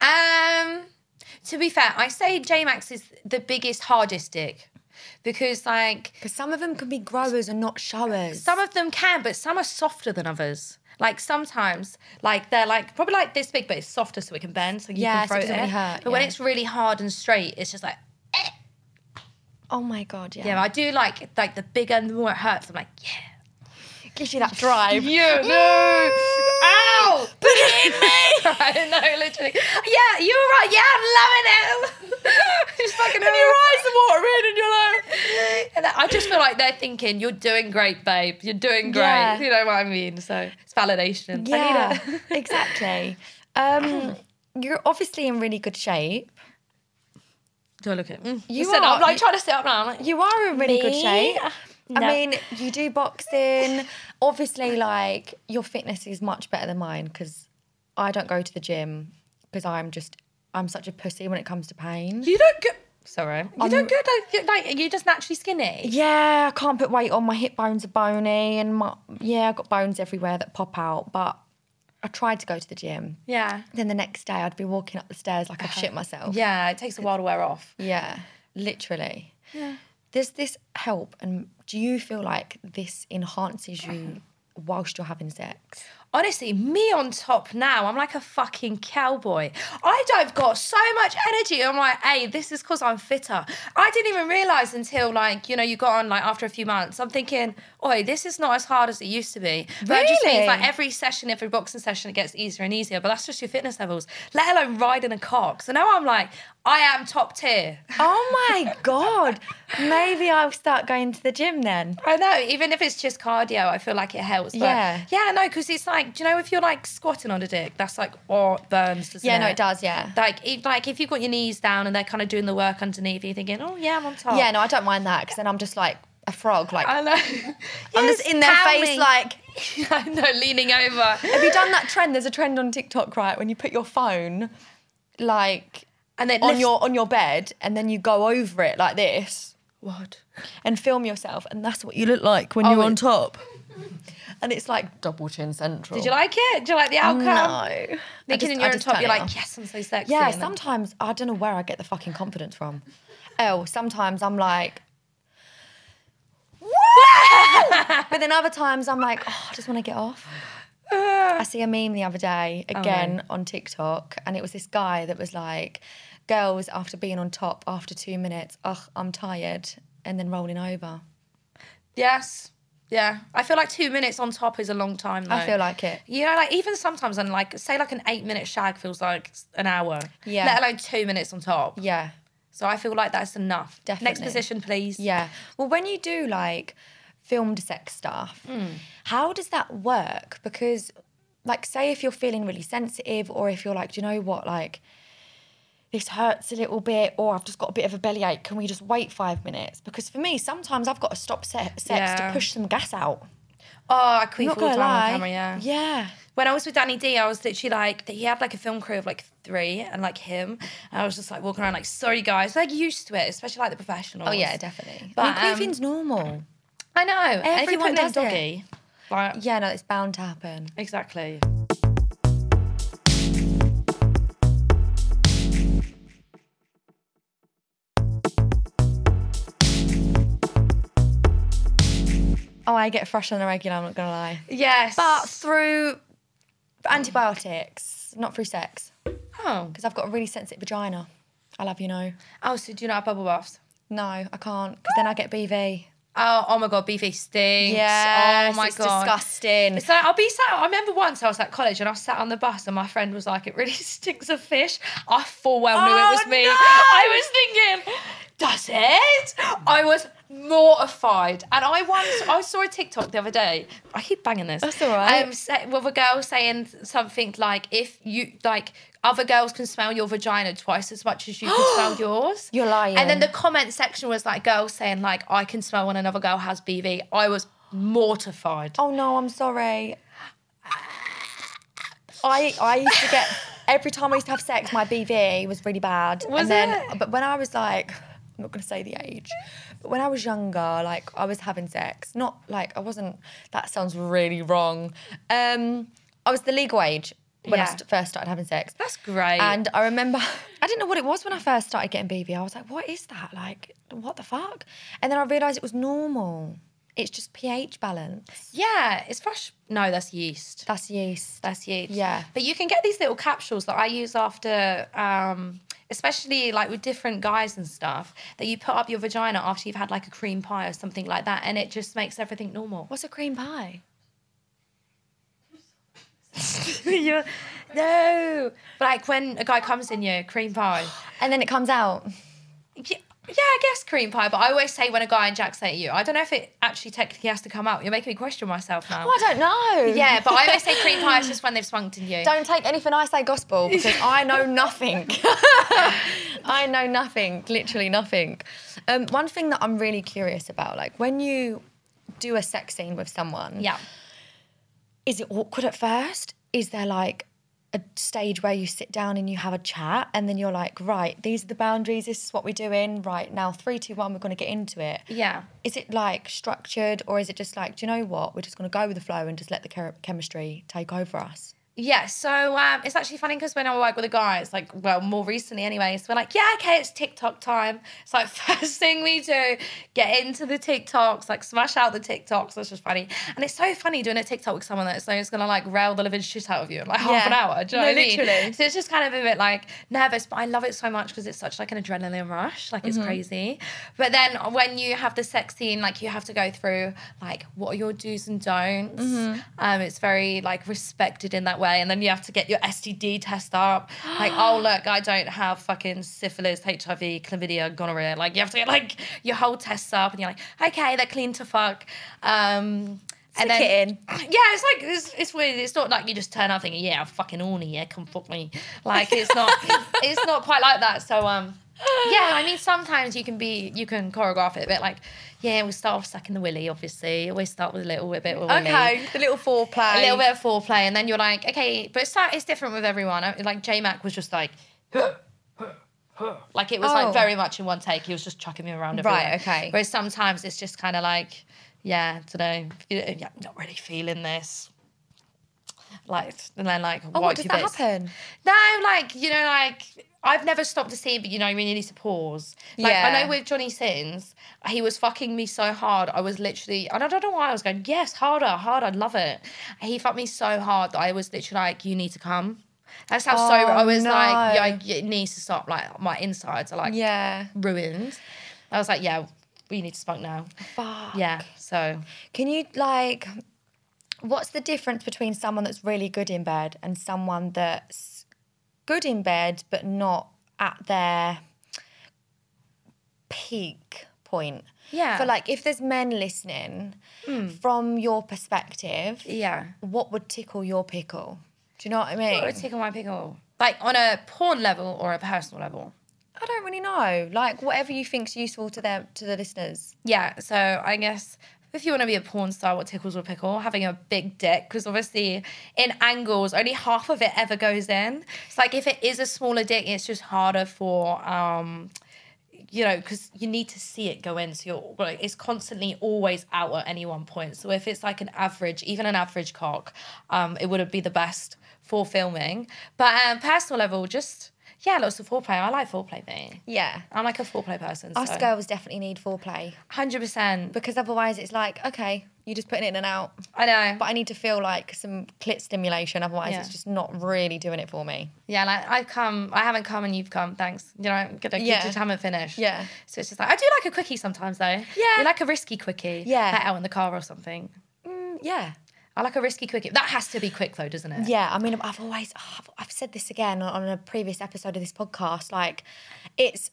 Speaker 2: Um, to be fair, I say J Max is the biggest, hardest dick because like
Speaker 1: Because some of them can be growers and not showers.
Speaker 2: Some of them can, but some are softer than others. Like sometimes, like they're like probably like this big, but it's softer so it can bend, so you
Speaker 1: Yeah,
Speaker 2: can
Speaker 1: so
Speaker 2: throw
Speaker 1: it
Speaker 2: it.
Speaker 1: doesn't really hurt,
Speaker 2: but when
Speaker 1: yeah.
Speaker 2: it's really hard and straight, it's just like
Speaker 1: oh my god, yeah.
Speaker 2: yeah. I do like like the bigger and the more it hurts. I'm like yeah,
Speaker 1: Gives you that drive.
Speaker 2: yeah, no, ow, put it in me. I know, literally. Yeah, you were right. Yeah, I'm loving it. Just fucking and your eyes are watering, and you're like, and I just feel like they're thinking you're doing great, babe. You're doing great.
Speaker 1: Yeah.
Speaker 2: You know what I mean? So it's validation. I
Speaker 1: yeah,
Speaker 2: need it.
Speaker 1: exactly. Um, you're obviously in really good shape.
Speaker 2: Do I look at it?
Speaker 1: You
Speaker 2: You sit
Speaker 1: are-
Speaker 2: up. Like trying to sit up now. Mm. I'm like,
Speaker 1: You are in really good
Speaker 2: Me?
Speaker 1: shape.
Speaker 2: No.
Speaker 1: I mean, you do boxing. Obviously, like your fitness is much better than mine because I don't go to the gym because I'm just I'm such a pussy when it comes to pain.
Speaker 2: you don't go. Sorry. You
Speaker 1: I'm-
Speaker 2: don't go like, you- like you're just naturally skinny.
Speaker 1: Yeah, I can't put weight on. My hip bones are bony, and my yeah, I've got bones everywhere that pop out. But I tried to go to the gym.
Speaker 2: Yeah.
Speaker 1: Then the next day, I'd be walking up the stairs like I've shit myself.
Speaker 2: Yeah. It takes a while to wear off.
Speaker 1: Yeah, literally. Yeah. Does this help? And do you feel like this enhances you whilst you're having sex?
Speaker 2: Honestly, me on top now, I'm like a fucking cowboy. I don't got so much energy. I'm like, hey, this is because I'm fitter. I didn't even realize until like, you know, you got on like after a few months. I'm thinking, oi, this is not as hard as it used to be. But it just
Speaker 1: Really?
Speaker 2: means like every session, every boxing session, it gets easier and easier. But that's just your fitness levels, let alone riding a cock. So now I'm like, I am top tier.
Speaker 1: Oh my god! Maybe I'll start going to the gym then.
Speaker 2: I know, even if it's just cardio, I feel like it helps. But
Speaker 1: Yeah.
Speaker 2: yeah, no, because it's like like, do you know if you're like squatting on a dick, that's like or it burns. Doesn't
Speaker 1: Yeah, no, it does, yeah.
Speaker 2: Like, if, like if you've got your knees down and they're kind of doing the work underneath, you're thinking, oh yeah, I'm on top.
Speaker 1: Yeah, no, I don't mind that because then I'm just like a frog. Like,
Speaker 2: I
Speaker 1: I'm
Speaker 2: know. Yes,
Speaker 1: just in their
Speaker 2: pound
Speaker 1: face,
Speaker 2: me.
Speaker 1: like,
Speaker 2: I know, leaning over.
Speaker 1: have you done that trend? There's a trend on TikTok, right? When you put your phone, like,
Speaker 2: And then
Speaker 1: on
Speaker 2: lift-
Speaker 1: your on your bed and then you go over it like this
Speaker 2: what?
Speaker 1: and film yourself and that's what you look like when
Speaker 2: Oh,
Speaker 1: you're on
Speaker 2: it-
Speaker 1: top and it's like double chin central
Speaker 2: Did you like it? Did you like the outcome?
Speaker 1: no
Speaker 2: Thinking
Speaker 1: just-
Speaker 2: you're on
Speaker 1: just
Speaker 2: top,
Speaker 1: turn
Speaker 2: you're
Speaker 1: it
Speaker 2: like,
Speaker 1: off.
Speaker 2: yes, I'm so sexy.
Speaker 1: yeah
Speaker 2: and then-
Speaker 1: sometimes i don't know where i get the fucking confidence from oh sometimes i'm like "Woo!" but then other times i'm like oh i just want to get off I see a meme the other day
Speaker 2: Oh,
Speaker 1: again on TikTok, and it was this guy that was like, "Girls after being on top after two minutes, ugh, I'm tired," and then rolling over.
Speaker 2: Yes. Yeah. I feel like two minutes on top is a long time though.
Speaker 1: I feel like it.
Speaker 2: You know, like even sometimes on like say like an eight minute shag feels like an hour.
Speaker 1: Yeah.
Speaker 2: Let alone two minutes on top.
Speaker 1: Yeah,
Speaker 2: So I feel like that's enough. Next
Speaker 1: Definitely.
Speaker 2: position, please.
Speaker 1: yeah. Well, when you do like filmed sex stuff, how does that work? Because, like, say if you're feeling really sensitive, or if you're like, do you know what, like. This hurts a little bit, or I've just got a bit of a bellyache. Can we just wait five minutes? Because for me, sometimes I've got to stop se- sex to
Speaker 2: Yeah.
Speaker 1: push some gas out.
Speaker 2: Oh, I queef
Speaker 1: not
Speaker 2: all the
Speaker 1: gonna
Speaker 2: time
Speaker 1: lie.
Speaker 2: on camera, yeah.
Speaker 1: Yeah.
Speaker 2: When I was with Danny D, I was literally like he had like a film crew of like three and like him. And I was just like walking around like, sorry guys, they're used to it, especially like the professionals.
Speaker 1: Oh yeah, definitely. um,
Speaker 2: But,
Speaker 1: I mean, queefing's normal.
Speaker 2: I know. and if you
Speaker 1: Everyone
Speaker 2: want them
Speaker 1: does it.
Speaker 2: doggy. Like,
Speaker 1: Yeah, no, it's bound to happen.
Speaker 2: Exactly.
Speaker 1: Oh, I get fresh on the regular. I'm not gonna lie.
Speaker 2: Yes.
Speaker 1: But through antibiotics, not through sex,
Speaker 2: oh,
Speaker 1: because I've got a really sensitive vagina. I love you know.
Speaker 2: oh, so do you not have bubble baths?
Speaker 1: No, I can't, because then I get BV.
Speaker 2: Oh, oh my god, beefy stinks.
Speaker 1: Yes,
Speaker 2: oh my
Speaker 1: it's
Speaker 2: god.
Speaker 1: disgusting.
Speaker 2: So I'll be sat. I remember once I was at college and I sat on the bus and my friend was like, "It really stinks of fish." I full well knew it
Speaker 1: Oh,
Speaker 2: was me.
Speaker 1: no.
Speaker 2: I was thinking, "Does it?" I was mortified. And I once I saw a TikTok the other day. I keep banging this.
Speaker 1: That's all right.
Speaker 2: Um, say, with a girl saying something like, "If you like." Other girls can smell your vagina twice as much as you can smell yours.
Speaker 1: You're lying.
Speaker 2: And then the comment section was like girls saying like I can smell when another girl has BV. I was mortified.
Speaker 1: Oh no, I'm sorry. I I used to get every time I used to have sex, my BV was really bad.
Speaker 2: Was
Speaker 1: and then
Speaker 2: it?
Speaker 1: but when I was like I'm not gonna say the age, but when I was younger, like I was having sex. Not like I wasn't that sounds really wrong. Um I was the legal age when I
Speaker 2: Yeah.
Speaker 1: st- first started having sex.
Speaker 2: That's great.
Speaker 1: And I remember, I didn't know what it was when I first started getting BV. I was like, what is that? Like, what the fuck? And then I realised it was normal. It's just pH balance.
Speaker 2: yeah, it's fresh. No, that's yeast.
Speaker 1: That's yeast.
Speaker 2: That's yeast.
Speaker 1: Yeah.
Speaker 2: But you can get these little capsules that I use after um especially like with different guys and stuff that you put up your vagina after you've had like a cream pie or something like that and it just makes everything normal.
Speaker 1: What's a cream pie?
Speaker 2: You're- no. But like when a guy comes in you, cream pie.
Speaker 1: And then it comes out.
Speaker 2: Yeah, yeah, I guess cream pie, but I always say when a guy injects it at you, I don't know if it actually technically has to come out. You're making me question myself now.
Speaker 1: Oh, I don't know.
Speaker 2: Yeah, but I always say cream pie is just when they've spunked in you.
Speaker 1: Don't take anything I say gospel because I know nothing. I know nothing, literally nothing. Um, one thing that I'm really curious about, like when you do a sex scene with someone,
Speaker 2: Yeah.
Speaker 1: is it awkward at first? Is there like a stage where you sit down and you have a chat and then you're like, right, these are the boundaries, this is what we're doing, right now, three, two, one, we're gonna get into it.
Speaker 2: Yeah.
Speaker 1: Is it like structured or is it just like, do you know what, we're just gonna go with the flow and just let the chem- chemistry take over us?
Speaker 2: Yeah, so um, it's actually funny because when I work with a guy, it's like, well, more recently anyway, so we're like, yeah, okay, it's TikTok time. It's like, first thing we do, get into the TikToks, like, smash out the TikToks. That's just funny. And it's so funny doing a TikTok with someone that's known going to, like, rail the living shit out of you in, like, half
Speaker 1: Yeah.
Speaker 2: an hour. Do you know
Speaker 1: No,
Speaker 2: what I mean?
Speaker 1: literally.
Speaker 2: So it's just kind of a bit, like, nervous, but I love it so much because it's such, like, an adrenaline rush. Like, it's crazy. But then when you have the sex scene, like, you have to go through, like, what are your do's and don'ts? Um, it's very like respected in that way. And then you have to get your STD test up. Like, oh look, I don't have fucking syphilis, HIV, chlamydia, gonorrhea. Like you have to get like your whole tests up, and you're like, okay, they're clean to fuck. Um,
Speaker 1: and then, kitten.
Speaker 2: Yeah, it's like it's, it's weird. It's not like you just turn up thinking, yeah, I'm fucking horny. Yeah, come fuck me. Like it's not it's not quite like that. So um, yeah, I mean sometimes you can be you can choreograph it, but like yeah, we start off sucking the willy. Obviously, always start with a little bit. Of a willy.
Speaker 1: Okay, the little foreplay.
Speaker 2: a little bit of foreplay, and then you're like, okay, but it's like- it's different with everyone. I- Like J Mac was just like. Like it was
Speaker 1: Oh.
Speaker 2: like very much in one take. He was just chucking me around.
Speaker 1: Right,
Speaker 2: everywhere.
Speaker 1: okay.
Speaker 2: Whereas sometimes it's just kind of like, yeah, today, yeah, I'm not really feeling this. Like and then like,
Speaker 1: Oh, what
Speaker 2: wipe
Speaker 1: does
Speaker 2: your
Speaker 1: that
Speaker 2: bits.
Speaker 1: happen?
Speaker 2: No, like you know, like I've never stopped to see, but you know, you really need to pause. Like
Speaker 1: Yeah.
Speaker 2: I know with Johnny Sins, he was fucking me so hard. I was literally, and I don't know why I was going. Yes, harder, hard. I love it. He fucked me so hard that I was literally like, "You need to come." That's how so
Speaker 1: Oh,
Speaker 2: I was
Speaker 1: no.
Speaker 2: like, "Yeah, it needs to stop." Like my insides are like
Speaker 1: Yeah.
Speaker 2: ruined. I was like, "Yeah, we need to spunk now."
Speaker 1: Fuck.
Speaker 2: Yeah, so
Speaker 1: Can you like what's the difference between someone that's really good in bed and someone that's good in bed but not at their peak point?
Speaker 2: Yeah.
Speaker 1: For like if there's men listening, from your perspective,
Speaker 2: yeah.
Speaker 1: what would tickle your pickle? Do you know what I mean?
Speaker 2: What would tickle my pickle? Like on a porn level or a personal level?
Speaker 1: I don't really know. Like whatever you think's useful to them to the listeners.
Speaker 2: yeah, so I guess if you want to be a porn star, what tickles will pickle? Having a big dick, because obviously in angles, only half of it ever goes in. It's like if it is a smaller dick, it's just harder for, um, you know, because you need to see it go in. So you're like, it's constantly always out at any one point. So if it's like an average, even an average cock, um, it wouldn't be the best for filming. But um, personal level, just yeah, lots of foreplay. I like foreplay, mate.
Speaker 1: Yeah.
Speaker 2: I'm like a foreplay person.
Speaker 1: Us girls definitely need foreplay
Speaker 2: hundred percent.
Speaker 1: because otherwise it's like, okay, you're just putting it in and out.
Speaker 2: I know.
Speaker 1: but I need to feel like some clit stimulation. Otherwise,
Speaker 2: Yeah.
Speaker 1: it's just not really doing it for me.
Speaker 2: Yeah, like I've come, I haven't come and you've come. Thanks. You know, I'm gonna,
Speaker 1: Yeah.
Speaker 2: you just haven't finished.
Speaker 1: Yeah.
Speaker 2: So it's just like I do like a quickie sometimes though. Yeah. like a risky quickie.
Speaker 1: Yeah.
Speaker 2: Like out in the car or something.
Speaker 1: Yeah.
Speaker 2: I like a risky quickie. That has to be quick though, doesn't it?
Speaker 1: Yeah. I mean, I've always, oh, I've, I've said this again on on a previous episode of this podcast. Like, it's,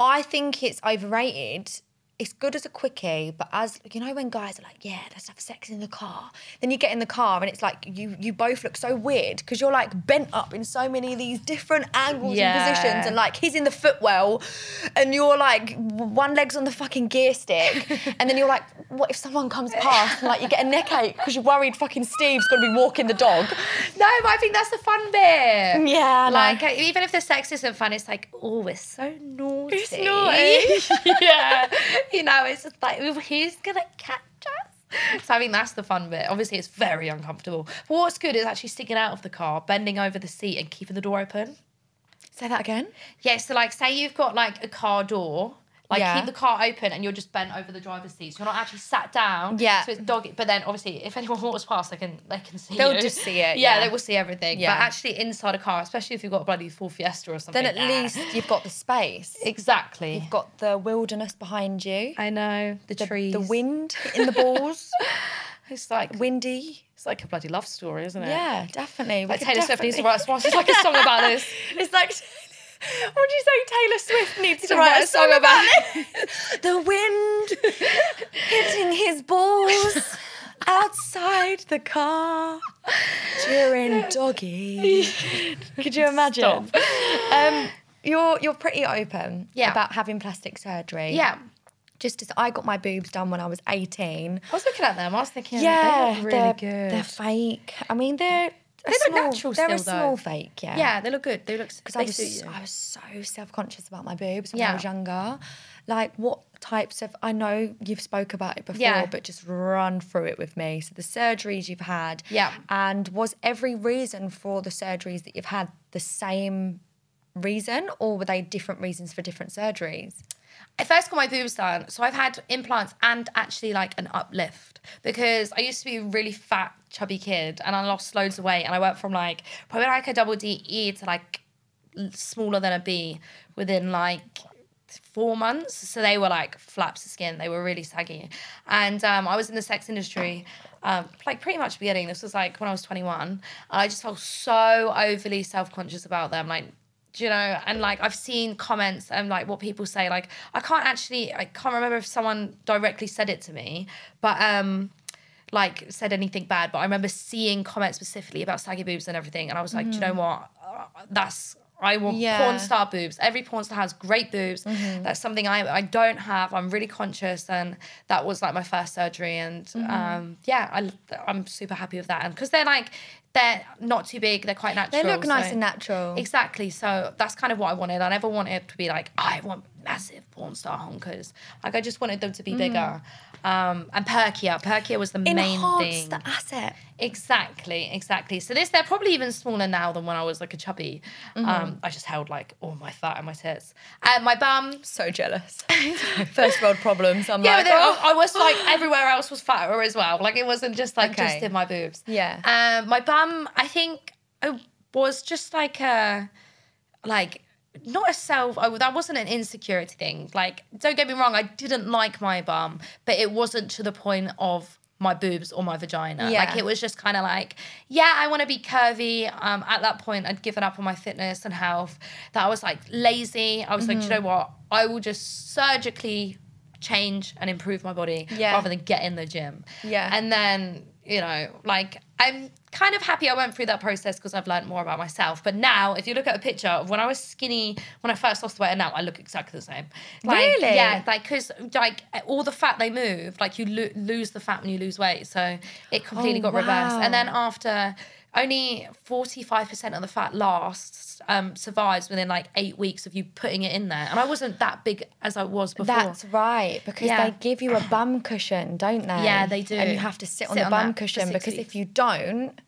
Speaker 1: I think it's overrated. It's good as a quickie, but as you know, when guys are like, "Yeah, let's have sex in the car," then you get in the car and it's like you you both look so weird because you're like bent up in so many of these different angles
Speaker 2: Yeah.
Speaker 1: and positions, and like he's in the footwell, and you're like w- one leg's on the fucking gear stick, and then you're like, what if someone comes past? And, like you get a neck ache because you're worried fucking Steve's gonna be walking the dog.
Speaker 2: No, but I think that's the fun bit.
Speaker 1: Yeah,
Speaker 2: Like uh, even if the sex isn't fun, it's like oh, we're so naughty.
Speaker 1: It's naughty.
Speaker 2: yeah, you know, it's just like "Ooh, who's gonna catch us? So I think that's the fun bit. Obviously, it's very uncomfortable. But what's good is actually sticking out of the car, bending over the seat, and keeping the door open.
Speaker 1: say that again.
Speaker 2: Yeah, so like say you've got like a car door, like
Speaker 1: Yeah.
Speaker 2: keep the car open and you're just bent over the driver's seat. So you're not actually sat down.
Speaker 1: Yeah.
Speaker 2: So it's doggy. But then obviously if anyone walks past they can they can see
Speaker 1: They'll
Speaker 2: you.
Speaker 1: just see it,
Speaker 2: Yeah,
Speaker 1: yeah.
Speaker 2: they will see everything.
Speaker 1: Yeah.
Speaker 2: But actually inside a car, especially if you've got a bloody full fiesta or something.
Speaker 1: Then at
Speaker 2: ah.
Speaker 1: least you've got the space.
Speaker 2: Exactly.
Speaker 1: You've got the wilderness behind you.
Speaker 2: I know. The,
Speaker 1: The,
Speaker 2: trees.
Speaker 1: the wind in the balls.
Speaker 2: It's like
Speaker 1: Windy.
Speaker 2: it's like a bloody love story, isn't it?
Speaker 1: Yeah, definitely. We
Speaker 2: Like
Speaker 1: could
Speaker 2: Taylor Swift needs to
Speaker 1: definitely-
Speaker 2: write it's like a song about this.
Speaker 1: It's like, what do you say? Taylor Swift needs to
Speaker 2: To
Speaker 1: write
Speaker 2: write
Speaker 1: a
Speaker 2: a song
Speaker 1: song about
Speaker 2: about
Speaker 1: it. the wind hitting his balls outside the car during doggy. Could you imagine? Um, you're you're pretty open
Speaker 2: Yeah.
Speaker 1: about having plastic surgery.
Speaker 2: Yeah.
Speaker 1: Just as I got my boobs done when I was 18.
Speaker 2: I was looking at them, I was thinking,
Speaker 1: Yeah,
Speaker 2: they look really
Speaker 1: they're,
Speaker 2: good.
Speaker 1: They're fake. I mean, they're a
Speaker 2: look
Speaker 1: small-
Speaker 2: natural
Speaker 1: They're
Speaker 2: still,
Speaker 1: a
Speaker 2: though.
Speaker 1: small fake. Yeah.
Speaker 2: yeah, they look good. They look
Speaker 1: because I
Speaker 2: they suit
Speaker 1: was
Speaker 2: you.
Speaker 1: I was so self conscious about my boobs when I
Speaker 2: Yeah.
Speaker 1: was younger. Like what types of I know you've spoke about it before,
Speaker 2: Yeah.
Speaker 1: but just run through it with me. So the surgeries you've had,
Speaker 2: Yeah.
Speaker 1: and was every reason for the surgeries that you've had the same reason, or were they different reasons for different surgeries?
Speaker 2: I first got my boobs done, so I've had implants and actually like an uplift because I used to be a really fat, chubby kid, and I lost loads of weight, and I went from like probably like a double D E to like l- smaller than a B within like four months. So they were like flaps of skin. They were really saggy. And um, I was in the sex industry, um, like pretty much beginning. This was like when I was 21. And I just felt so overly self conscious about them. Like, do you know? And like, I've seen comments and like what people say. Like, I can't actually, I can't remember if someone directly said it to me, but um, like said anything bad, but I remember seeing comments specifically about saggy boobs and everything, and I was like, do you know what? Uh, That's I want
Speaker 1: Mm. Yeah. Mm-hmm.
Speaker 2: porn star boobs. Every porn star has great boobs. That's something I I don't have. I'm really conscious, and that was like my first surgery, and
Speaker 1: Mm-hmm.
Speaker 2: um, yeah, I I'm super happy with that, and because they're like they're not too big, they're quite natural.
Speaker 1: They look nice
Speaker 2: so-
Speaker 1: and natural.
Speaker 2: Exactly. So that's kind of what I wanted. I never wanted to be like, I want massive porn star honkers. Like I just wanted them to be bigger. Um, and perkier. Perkier was the main
Speaker 1: Enhance
Speaker 2: thing.
Speaker 1: the asset.
Speaker 2: Exactly, exactly. So this they're probably even smaller now than when I was like a chubby. Um, I just held like all my fat and my tits. And my bum
Speaker 1: So jealous. First world problems. I'm
Speaker 2: yeah,
Speaker 1: like,
Speaker 2: but then
Speaker 1: oh.
Speaker 2: I, I was like everywhere else was fatter as well. Like it wasn't just like
Speaker 1: Okay.
Speaker 2: just in my boobs.
Speaker 1: Yeah.
Speaker 2: Um, my bum, I think I was just like a like not a self. I, that wasn't an insecurity thing. Like don't get me wrong, I didn't like my bum, but it wasn't to the point of my boobs or my vagina.
Speaker 1: Yeah.
Speaker 2: Like it was just kind of like, yeah, I want to be curvy. Um, at that point, I'd given up on my fitness and health. That I was like lazy. I was like, "Do
Speaker 1: Mm-hmm.
Speaker 2: you know what? I will just surgically change and improve my body
Speaker 1: Yeah.
Speaker 2: rather than get in the gym.
Speaker 1: Yeah.
Speaker 2: And then, you know, like I'm kind of happy I went through that process because I've learned more about myself. But now, if you look at a picture of when I was skinny, when I first lost weight, and now I look exactly the same. Like,
Speaker 1: Really?
Speaker 2: Yeah. Like, because like all the fat they move, like you lo- lose the fat when you lose weight. So it completely
Speaker 1: Oh,
Speaker 2: got reversed.
Speaker 1: wow.
Speaker 2: And then after only 45% of the fat lasts um, survives within like eight weeks of you putting it in there and i wasn't that big as i was before
Speaker 1: That's right, because
Speaker 2: Yeah.
Speaker 1: they give you a bum cushion, don't they?
Speaker 2: Yeah, they do.
Speaker 1: And you have to sit, on
Speaker 2: Sit
Speaker 1: the
Speaker 2: on
Speaker 1: bum
Speaker 2: that for
Speaker 1: cushion
Speaker 2: six
Speaker 1: because
Speaker 2: weeks.
Speaker 1: if you don't,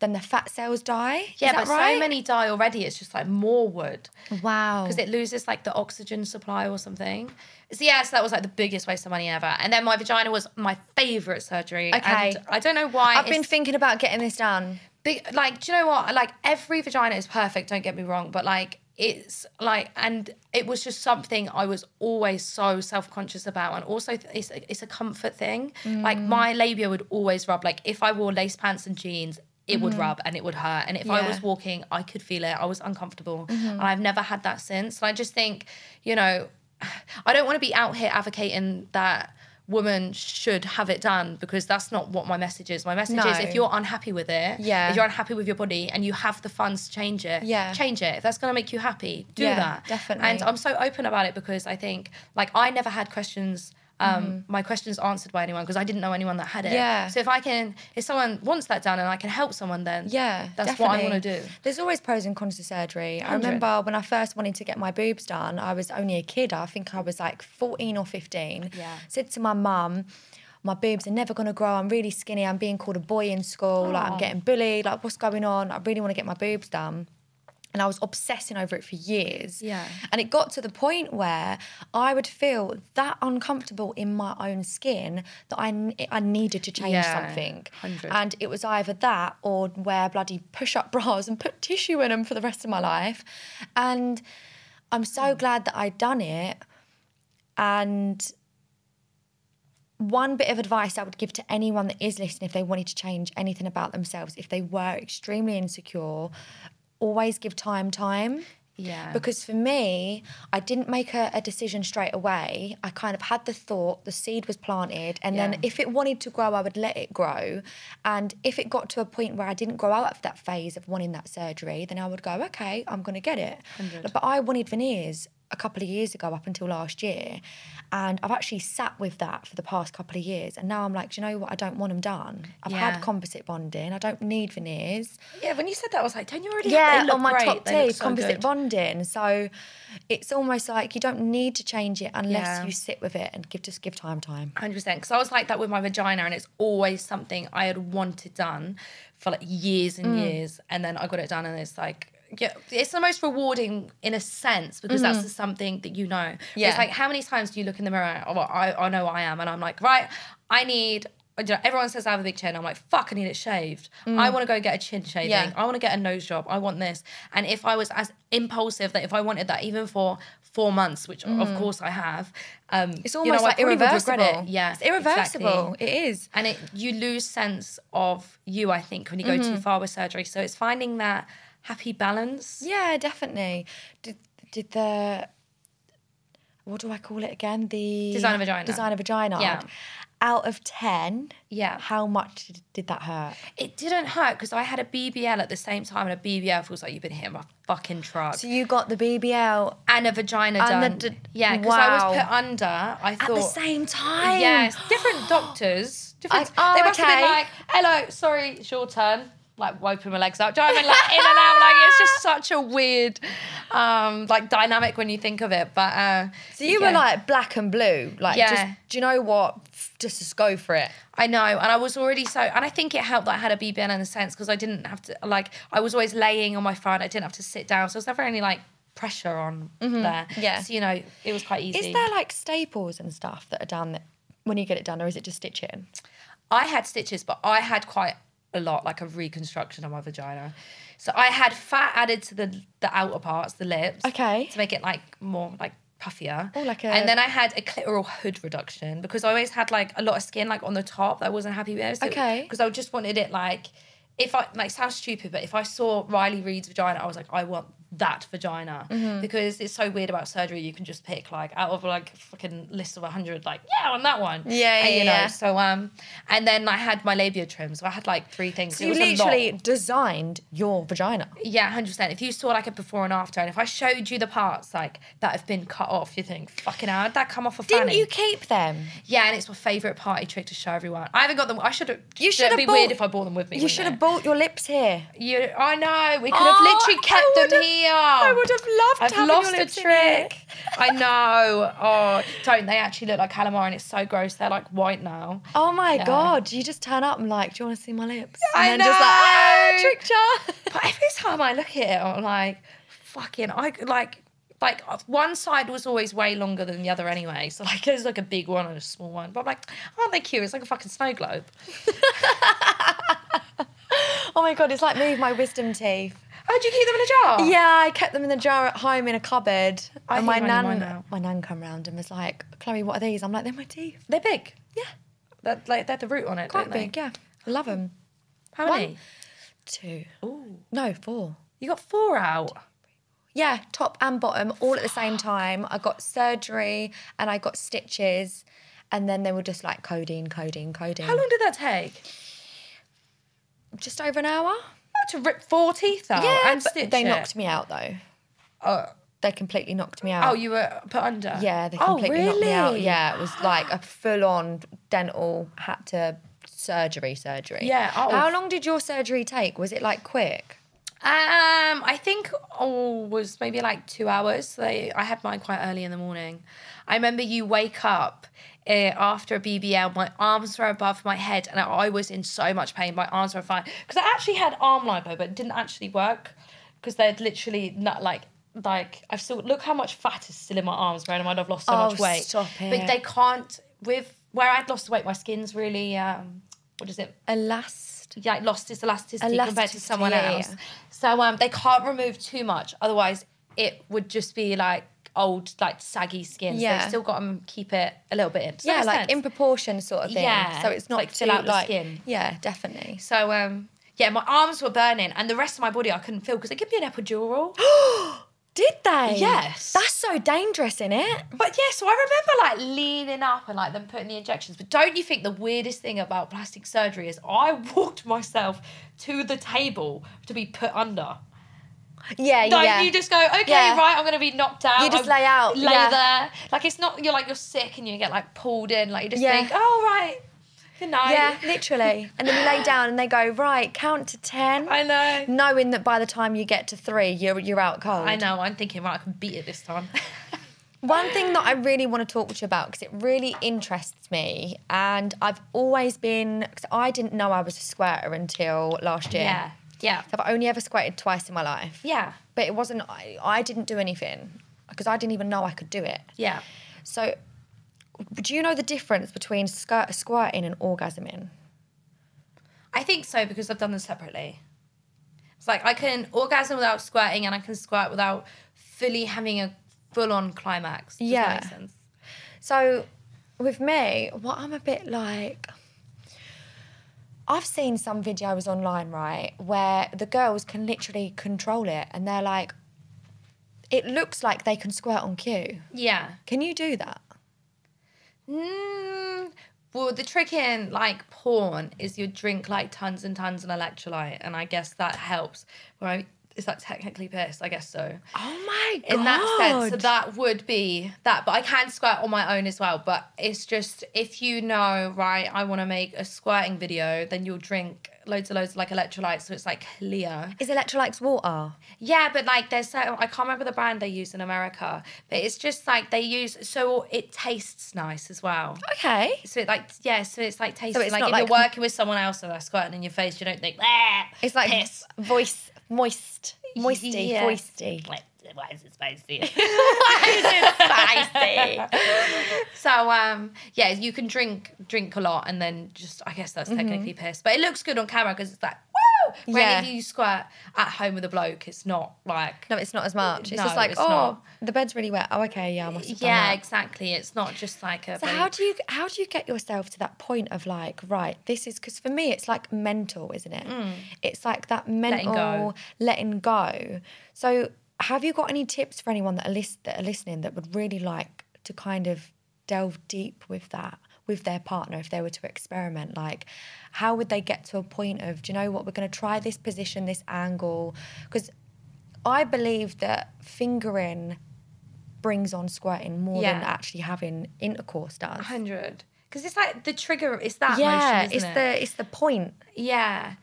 Speaker 1: then the fat cells die.
Speaker 2: Yeah,
Speaker 1: Is that
Speaker 2: but
Speaker 1: right?
Speaker 2: so many die already. It's just like more wood
Speaker 1: Wow.
Speaker 2: because it loses like the oxygen supply or something. So yeah, so that was like the biggest waste of money ever. And then my vagina was my favorite surgery.
Speaker 1: Okay.
Speaker 2: and I don't know why.
Speaker 1: I've
Speaker 2: it's
Speaker 1: been thinking about getting this done.
Speaker 2: big, like, do you know what? Like every vagina is perfect. Don't get me wrong, but like it's like, and it was just something I was always so self conscious about, and also th- it's a, it's a comfort thing. Like
Speaker 1: Mm.
Speaker 2: my labia would always rub. Like if I wore lace pants and jeans. It would rub and it would hurt. And if I
Speaker 1: Mm-hmm. Yeah. Mm-hmm.
Speaker 2: was walking, I could feel it. I was uncomfortable. And I've never had that since. And I just think, you know, I don't want to be out here advocating that women should have it done because that's not what my message is. My message is
Speaker 1: No.
Speaker 2: if you're unhappy with it,
Speaker 1: Yeah.
Speaker 2: if you're unhappy with your body and you have the funds to change it,
Speaker 1: Yeah.
Speaker 2: change it. If that's gonna make you happy, do
Speaker 1: Yeah,
Speaker 2: that.
Speaker 1: definitely.
Speaker 2: And I'm so open about it because I think like I never had questions. Um, My questions answered by anyone because I didn't know anyone that had it.
Speaker 1: Yeah.
Speaker 2: So if I can, if someone wants that done and I can help someone, then
Speaker 1: Yeah,
Speaker 2: that's what I
Speaker 1: definitely.
Speaker 2: want to do.
Speaker 1: There's always pros and cons to surgery. I
Speaker 2: 100.
Speaker 1: remember when I first wanted to get my boobs done, I was only a kid. I think I was like 14 or 15.
Speaker 2: Yeah.
Speaker 1: Said to my mum, my boobs are never gonna grow. I'm really skinny. I'm being called a boy in school. Like I'm
Speaker 2: Aw.
Speaker 1: getting bullied. Like what's going on? I really want to get my boobs done. And I was obsessing over it for years.
Speaker 2: Yeah.
Speaker 1: And it got to the point where I would feel that uncomfortable in my own skin that I, n- I needed to change
Speaker 2: Yeah,
Speaker 1: something.
Speaker 2: 100.
Speaker 1: And it was either that or wear bloody push up bras and put tissue in them for the rest of my life. And I'm so glad that I'd done it. And one bit of advice I would give to anyone that is listening if they wanted to change anything about themselves, if they were extremely insecure, always give time time.
Speaker 2: Yeah.
Speaker 1: Because for me, I didn't make a, a decision straight away. I kind of had the thought, the seed was planted, and
Speaker 2: Yeah.
Speaker 1: then if it wanted to grow, I would let it grow. And if it got to a point where I didn't grow out of that phase of wanting that surgery, then I would go, okay, I'm going to get it. But I wanted veneers a couple of years ago up until last year. And I've actually sat with that for the past couple of years. And now I'm like, do you know what? I don't want them done. I've
Speaker 2: Yeah.
Speaker 1: had composite bonding. I don't need veneers
Speaker 2: yeah, when you said that, I was like, don't you already? have-
Speaker 1: yeah,
Speaker 2: they look
Speaker 1: on my
Speaker 2: great.
Speaker 1: top
Speaker 2: They look
Speaker 1: teeth,
Speaker 2: so
Speaker 1: composite
Speaker 2: good.
Speaker 1: bonding. So it's almost like you don't need to change it unless
Speaker 2: Yeah.
Speaker 1: you sit with it and give just give time time.
Speaker 2: Hundred percent, because I was like that with my vagina, and it's always something I had wanted done for like years
Speaker 1: Mm.
Speaker 2: and years, and then I got it done, and it's like, yeah, it's the most rewarding in a sense because that's just something that you know.
Speaker 1: Mm-hmm. Yeah.
Speaker 2: It's like how many times do you look in the mirror? Oh, well, I, I know I am, and I'm like, right, I need. you know, Everyone says I have a big chin. I'm like, fuck, I need it shaved. I want to go get a chin shaving.
Speaker 1: Mm. Yeah.
Speaker 2: I want to get a nose job. I want this. And if I was as impulsive that if I wanted that even for four months, which
Speaker 1: Mm.
Speaker 2: of course I have, um,
Speaker 1: It's
Speaker 2: you
Speaker 1: almost
Speaker 2: know, I
Speaker 1: like
Speaker 2: probably would
Speaker 1: irreversible.
Speaker 2: regret it. Yeah,
Speaker 1: it's irreversible.
Speaker 2: exactly.
Speaker 1: It is.
Speaker 2: And it you lose sense of you, I think, when you go too far with surgery. So it's finding that happy balance.
Speaker 1: Yeah, definitely. Did did the what do I call it again? The
Speaker 2: Designer vagina.
Speaker 1: Designer vagina.
Speaker 2: Yeah.
Speaker 1: out of 10,
Speaker 2: Yeah.
Speaker 1: how much did- did that hurt?
Speaker 2: It didn't hurt because I had a BBL at the same time, and a BBL feels like you've been hit by a fucking truck.
Speaker 1: So you got the BBL
Speaker 2: and a vagina
Speaker 1: And the
Speaker 2: done.
Speaker 1: d-
Speaker 2: yeah, because I was
Speaker 1: wow.
Speaker 2: put under. I
Speaker 1: at
Speaker 2: thought.
Speaker 1: the same time.
Speaker 2: Yes, different doctors. Different.
Speaker 1: I- oh,
Speaker 2: they must have been
Speaker 1: okay.
Speaker 2: like, "Hello, sorry, it's your turn." Like wiping my legs out. Do you know what I mean? Like in and out. Like it's just such a weird, um, like dynamic when you think of it. But uh,
Speaker 1: So you were
Speaker 2: yeah.
Speaker 1: like black and blue. Like, just,
Speaker 2: Yeah.
Speaker 1: do you know what? F- Just, just go for it.
Speaker 2: I know, and I was already so, and I think it helped that I had a BBL in a sense because I didn't have to like I was always laying on my phone. I didn't have to sit down, so there was never any like pressure on there.
Speaker 1: Mm-hmm. yeah.
Speaker 2: so you know, it was quite easy.
Speaker 1: Is there like staples and stuff that are done that, when you get it done, or is it just stitch it in?
Speaker 2: I had stitches, but I had quite a lot, like a reconstruction of my vagina. So I had fat added to the the outer parts, the lips.
Speaker 1: Okay.
Speaker 2: To make it like more like puffier.
Speaker 1: Oh, like a-
Speaker 2: And then I had a clitoral hood reduction because I always had like a lot of skin like on the top that I wasn't happy with. So-
Speaker 1: Okay.
Speaker 2: Because I just wanted it like if I like sounds stupid, but if I saw Riley Reed's vagina, I was like, I want that vagina
Speaker 1: Mm-hmm.
Speaker 2: because it's so weird about surgery. You can just pick like out of like fucking list of hundred, like yeah, on that one.
Speaker 1: Yeah,
Speaker 2: And,
Speaker 1: yeah,
Speaker 2: you know,
Speaker 1: yeah.
Speaker 2: so um, and then I had my labia trim, so I had like three things.
Speaker 1: So
Speaker 2: It
Speaker 1: you
Speaker 2: was a
Speaker 1: literally
Speaker 2: lot.
Speaker 1: designed your vagina.
Speaker 2: yeah, hundred percent. If you saw like a before and after, and if I showed you the parts like that have been cut off, you think fucking hell, how'd that come off a
Speaker 1: Didn't
Speaker 2: fanny?
Speaker 1: you keep them?
Speaker 2: Yeah, and it's my favorite party trick to show everyone. I haven't got them. I should have.
Speaker 1: You
Speaker 2: You
Speaker 1: should
Speaker 2: should
Speaker 1: have
Speaker 2: be
Speaker 1: bought-
Speaker 2: weird if I bought them with me.
Speaker 1: You
Speaker 2: wouldn't
Speaker 1: should
Speaker 2: it?
Speaker 1: have bought your lips here.
Speaker 2: You, I know. We could
Speaker 1: Oh,
Speaker 2: have literally
Speaker 1: I
Speaker 2: kept them
Speaker 1: would've-
Speaker 2: here.
Speaker 1: I would have loved
Speaker 2: I've
Speaker 1: having
Speaker 2: lost
Speaker 1: your
Speaker 2: a
Speaker 1: lips in here.
Speaker 2: trick. I know. Oh, don't they actually look like calamari? And it's so gross. They're like white now.
Speaker 1: Oh my
Speaker 2: Yeah.
Speaker 1: god! You just turn up and like, do you want to see my lips?
Speaker 2: I
Speaker 1: and then just like, ah,
Speaker 2: know.
Speaker 1: tricked you.
Speaker 2: But every time I look at it, I'm like, fucking, I could, like, like uh, one side was always way longer than the other anyway. So like, there's like a big one and a small one. But I'm like, aren't they cute? It's like a fucking snow globe.
Speaker 1: Oh my god! It's like me with my wisdom teeth.
Speaker 2: How do you keep them in a jar?
Speaker 1: Yeah, I kept them in the jar at home in a cupboard.
Speaker 2: Oh. I
Speaker 1: and my
Speaker 2: think I need mine
Speaker 1: nan,
Speaker 2: now.
Speaker 1: my nan, come round and was like, "Chloe, what are these?" I'm like, "They're my teeth."
Speaker 2: they're big.
Speaker 1: Yeah,
Speaker 2: That like they're the root on it.
Speaker 1: quite
Speaker 2: don't they?
Speaker 1: big. Yeah, I love them.
Speaker 2: How many?
Speaker 1: Two,
Speaker 2: Ooh,
Speaker 1: no, four.
Speaker 2: you got four out.
Speaker 1: Yeah, top and bottom, all at the same time. I got surgery and I got stitches, and then they were just like codeine, codeine, codeine.
Speaker 2: How long did that take?
Speaker 1: Just over an hour.
Speaker 2: to rip four teeth out Oh, and
Speaker 1: but
Speaker 2: stitch
Speaker 1: they
Speaker 2: it.
Speaker 1: knocked me out though.
Speaker 2: Oh,
Speaker 1: They completely knocked me
Speaker 2: oh,
Speaker 1: out.
Speaker 2: you were put under.
Speaker 1: yeah, they
Speaker 2: Oh,
Speaker 1: completely knocked me out.
Speaker 2: really?
Speaker 1: Yeah, it was like a full-on dental had to surgery, surgery.
Speaker 2: Yeah, oh.
Speaker 1: How long did your surgery take? Was it like quick?
Speaker 2: Um, I think oh was maybe like two hours. So they, I had mine quite early in the morning. I remember you wake up uh, after a BBL. My arms were above my head, and I, I was in so much pain. My arms were fine because I actually had arm lipo, but it didn't actually work because they'd literally not like. Like I've still look how much fat is still in my arms, man. I might have lost so
Speaker 1: Oh,
Speaker 2: much weight.
Speaker 1: stop it.
Speaker 2: But they can't with where I'd lost the weight. My skin's really um, what is it?
Speaker 1: Elast.
Speaker 2: yeah, like, lost its elasticity, compared
Speaker 1: Elasticity,
Speaker 2: to someone
Speaker 1: yeah,
Speaker 2: else.
Speaker 1: yeah.
Speaker 2: So um, they can't remove too much, otherwise it would just be like old, like saggy skin. Yeah.
Speaker 1: Yeah.
Speaker 2: They've still got to keep it a little bit in. Does that
Speaker 1: Yeah,
Speaker 2: make
Speaker 1: like
Speaker 2: sense?
Speaker 1: in proportion sort of thing.
Speaker 2: Yeah,
Speaker 1: So it's not
Speaker 2: like
Speaker 1: too
Speaker 2: fill out the
Speaker 1: like
Speaker 2: skin.
Speaker 1: Yeah, definitely.
Speaker 2: so um, yeah, my arms were burning, and the rest of my body I couldn't feel because they give me an epidural.
Speaker 1: Did they?
Speaker 2: Yes.
Speaker 1: That's so dangerous, in it?
Speaker 2: But yeah, so I remember like leaning up and like them putting the injections. But don't you think the weirdest thing about plastic surgery is I walked myself to the table to be put under.
Speaker 1: Yeah,
Speaker 2: Don't
Speaker 1: yeah.
Speaker 2: you just go, okay,
Speaker 1: Yeah.
Speaker 2: right, I'm gonna be knocked out.
Speaker 1: You just
Speaker 2: I'm-
Speaker 1: lay out,
Speaker 2: Lay
Speaker 1: yeah.
Speaker 2: there. Like it's not you're like you're sick and you get like pulled in, like you just
Speaker 1: Yeah.
Speaker 2: think, Oh right, good night.
Speaker 1: yeah, literally. And then you lay down and they go, right, count to 10.
Speaker 2: I know.
Speaker 1: knowing that by the time you get to three, you're, you're out cold.
Speaker 2: I know, I'm thinking, right, I can beat it this time.
Speaker 1: One thing that I really want to talk to you about because it really interests me, and I've always been, because I didn't know I was a squirter until last year.
Speaker 2: Yeah. Yeah.
Speaker 1: So I've only ever squirted twice in my life,
Speaker 2: Yeah.
Speaker 1: but it wasn't, I, I didn't do anything because I didn't even know I could do it.
Speaker 2: Yeah.
Speaker 1: So, do you know the difference between squirt, squirting and orgasming?
Speaker 2: I think so because I've done them separately. It's like I can orgasm without squirting and I can squirt without fully having a full on climax. Does
Speaker 1: Yeah.
Speaker 2: that make sense?
Speaker 1: So with me, what I'm a bit like I've seen some videos online, right, where the girls can literally control it and they're like it looks like they can squirt on cue.
Speaker 2: Yeah.
Speaker 1: Can you do that?
Speaker 2: Mm, Well, the trick in like porn is you drink like tons and tons of electrolyte, and I guess that helps. Right? Is that technically piss? I guess so.
Speaker 1: Oh my
Speaker 2: In that sense, so that would be that. But I can squirt on my own as well. But it's just if you know, right? I want to make a squirting video, then you'll drink loads and loads of like electrolytes, so it's like clear.
Speaker 1: is electrolytes water?
Speaker 2: Yeah, but like there's so I can't remember the brand they use in America, but it's just like they use so it tastes nice as well.
Speaker 1: Okay.
Speaker 2: So it like yeah, so it's like tasting
Speaker 1: it's
Speaker 2: like
Speaker 1: not
Speaker 2: if
Speaker 1: like-
Speaker 2: you're working with someone else and they're squirting in your face, you don't think "Ah,
Speaker 1: It's like
Speaker 2: piss.
Speaker 1: voice, moist, moisty,
Speaker 2: Yeah.
Speaker 1: moisty.
Speaker 2: Like, Why is it spicy? Why is it spicy? so um yeah, you can drink drink a lot and then just I guess that's technically piss, but it looks good on camera because it's like woo. Where
Speaker 1: Yeah.
Speaker 2: if you squirt at home with a bloke, it's not like
Speaker 1: No, it's not as much. It's
Speaker 2: No,
Speaker 1: just like,
Speaker 2: it's
Speaker 1: oh,
Speaker 2: not.
Speaker 1: the bed's really wet. Oh, okay, yeah, I must have done
Speaker 2: yeah
Speaker 1: that.
Speaker 2: exactly. It's not just like a
Speaker 1: So
Speaker 2: bloke.
Speaker 1: how do you how do you get yourself to that point of like right this is because for me it's like mental isn't it it's like that mental
Speaker 2: Mm. go.
Speaker 1: letting go so have you got any tips for anyone that are, list, that are listening that would really like to kind of delve deep with that with their partner if they were to experiment like how would they get to a point of do you know what we're going to try this position this angle because I believe that fingering brings on squirting more than
Speaker 2: Yeah.
Speaker 1: actually having intercourse does.
Speaker 2: hundred? Because it's like the trigger. It's that
Speaker 1: Yeah,
Speaker 2: motion, isn't
Speaker 1: it's
Speaker 2: it?
Speaker 1: the it's the point.
Speaker 2: Yeah.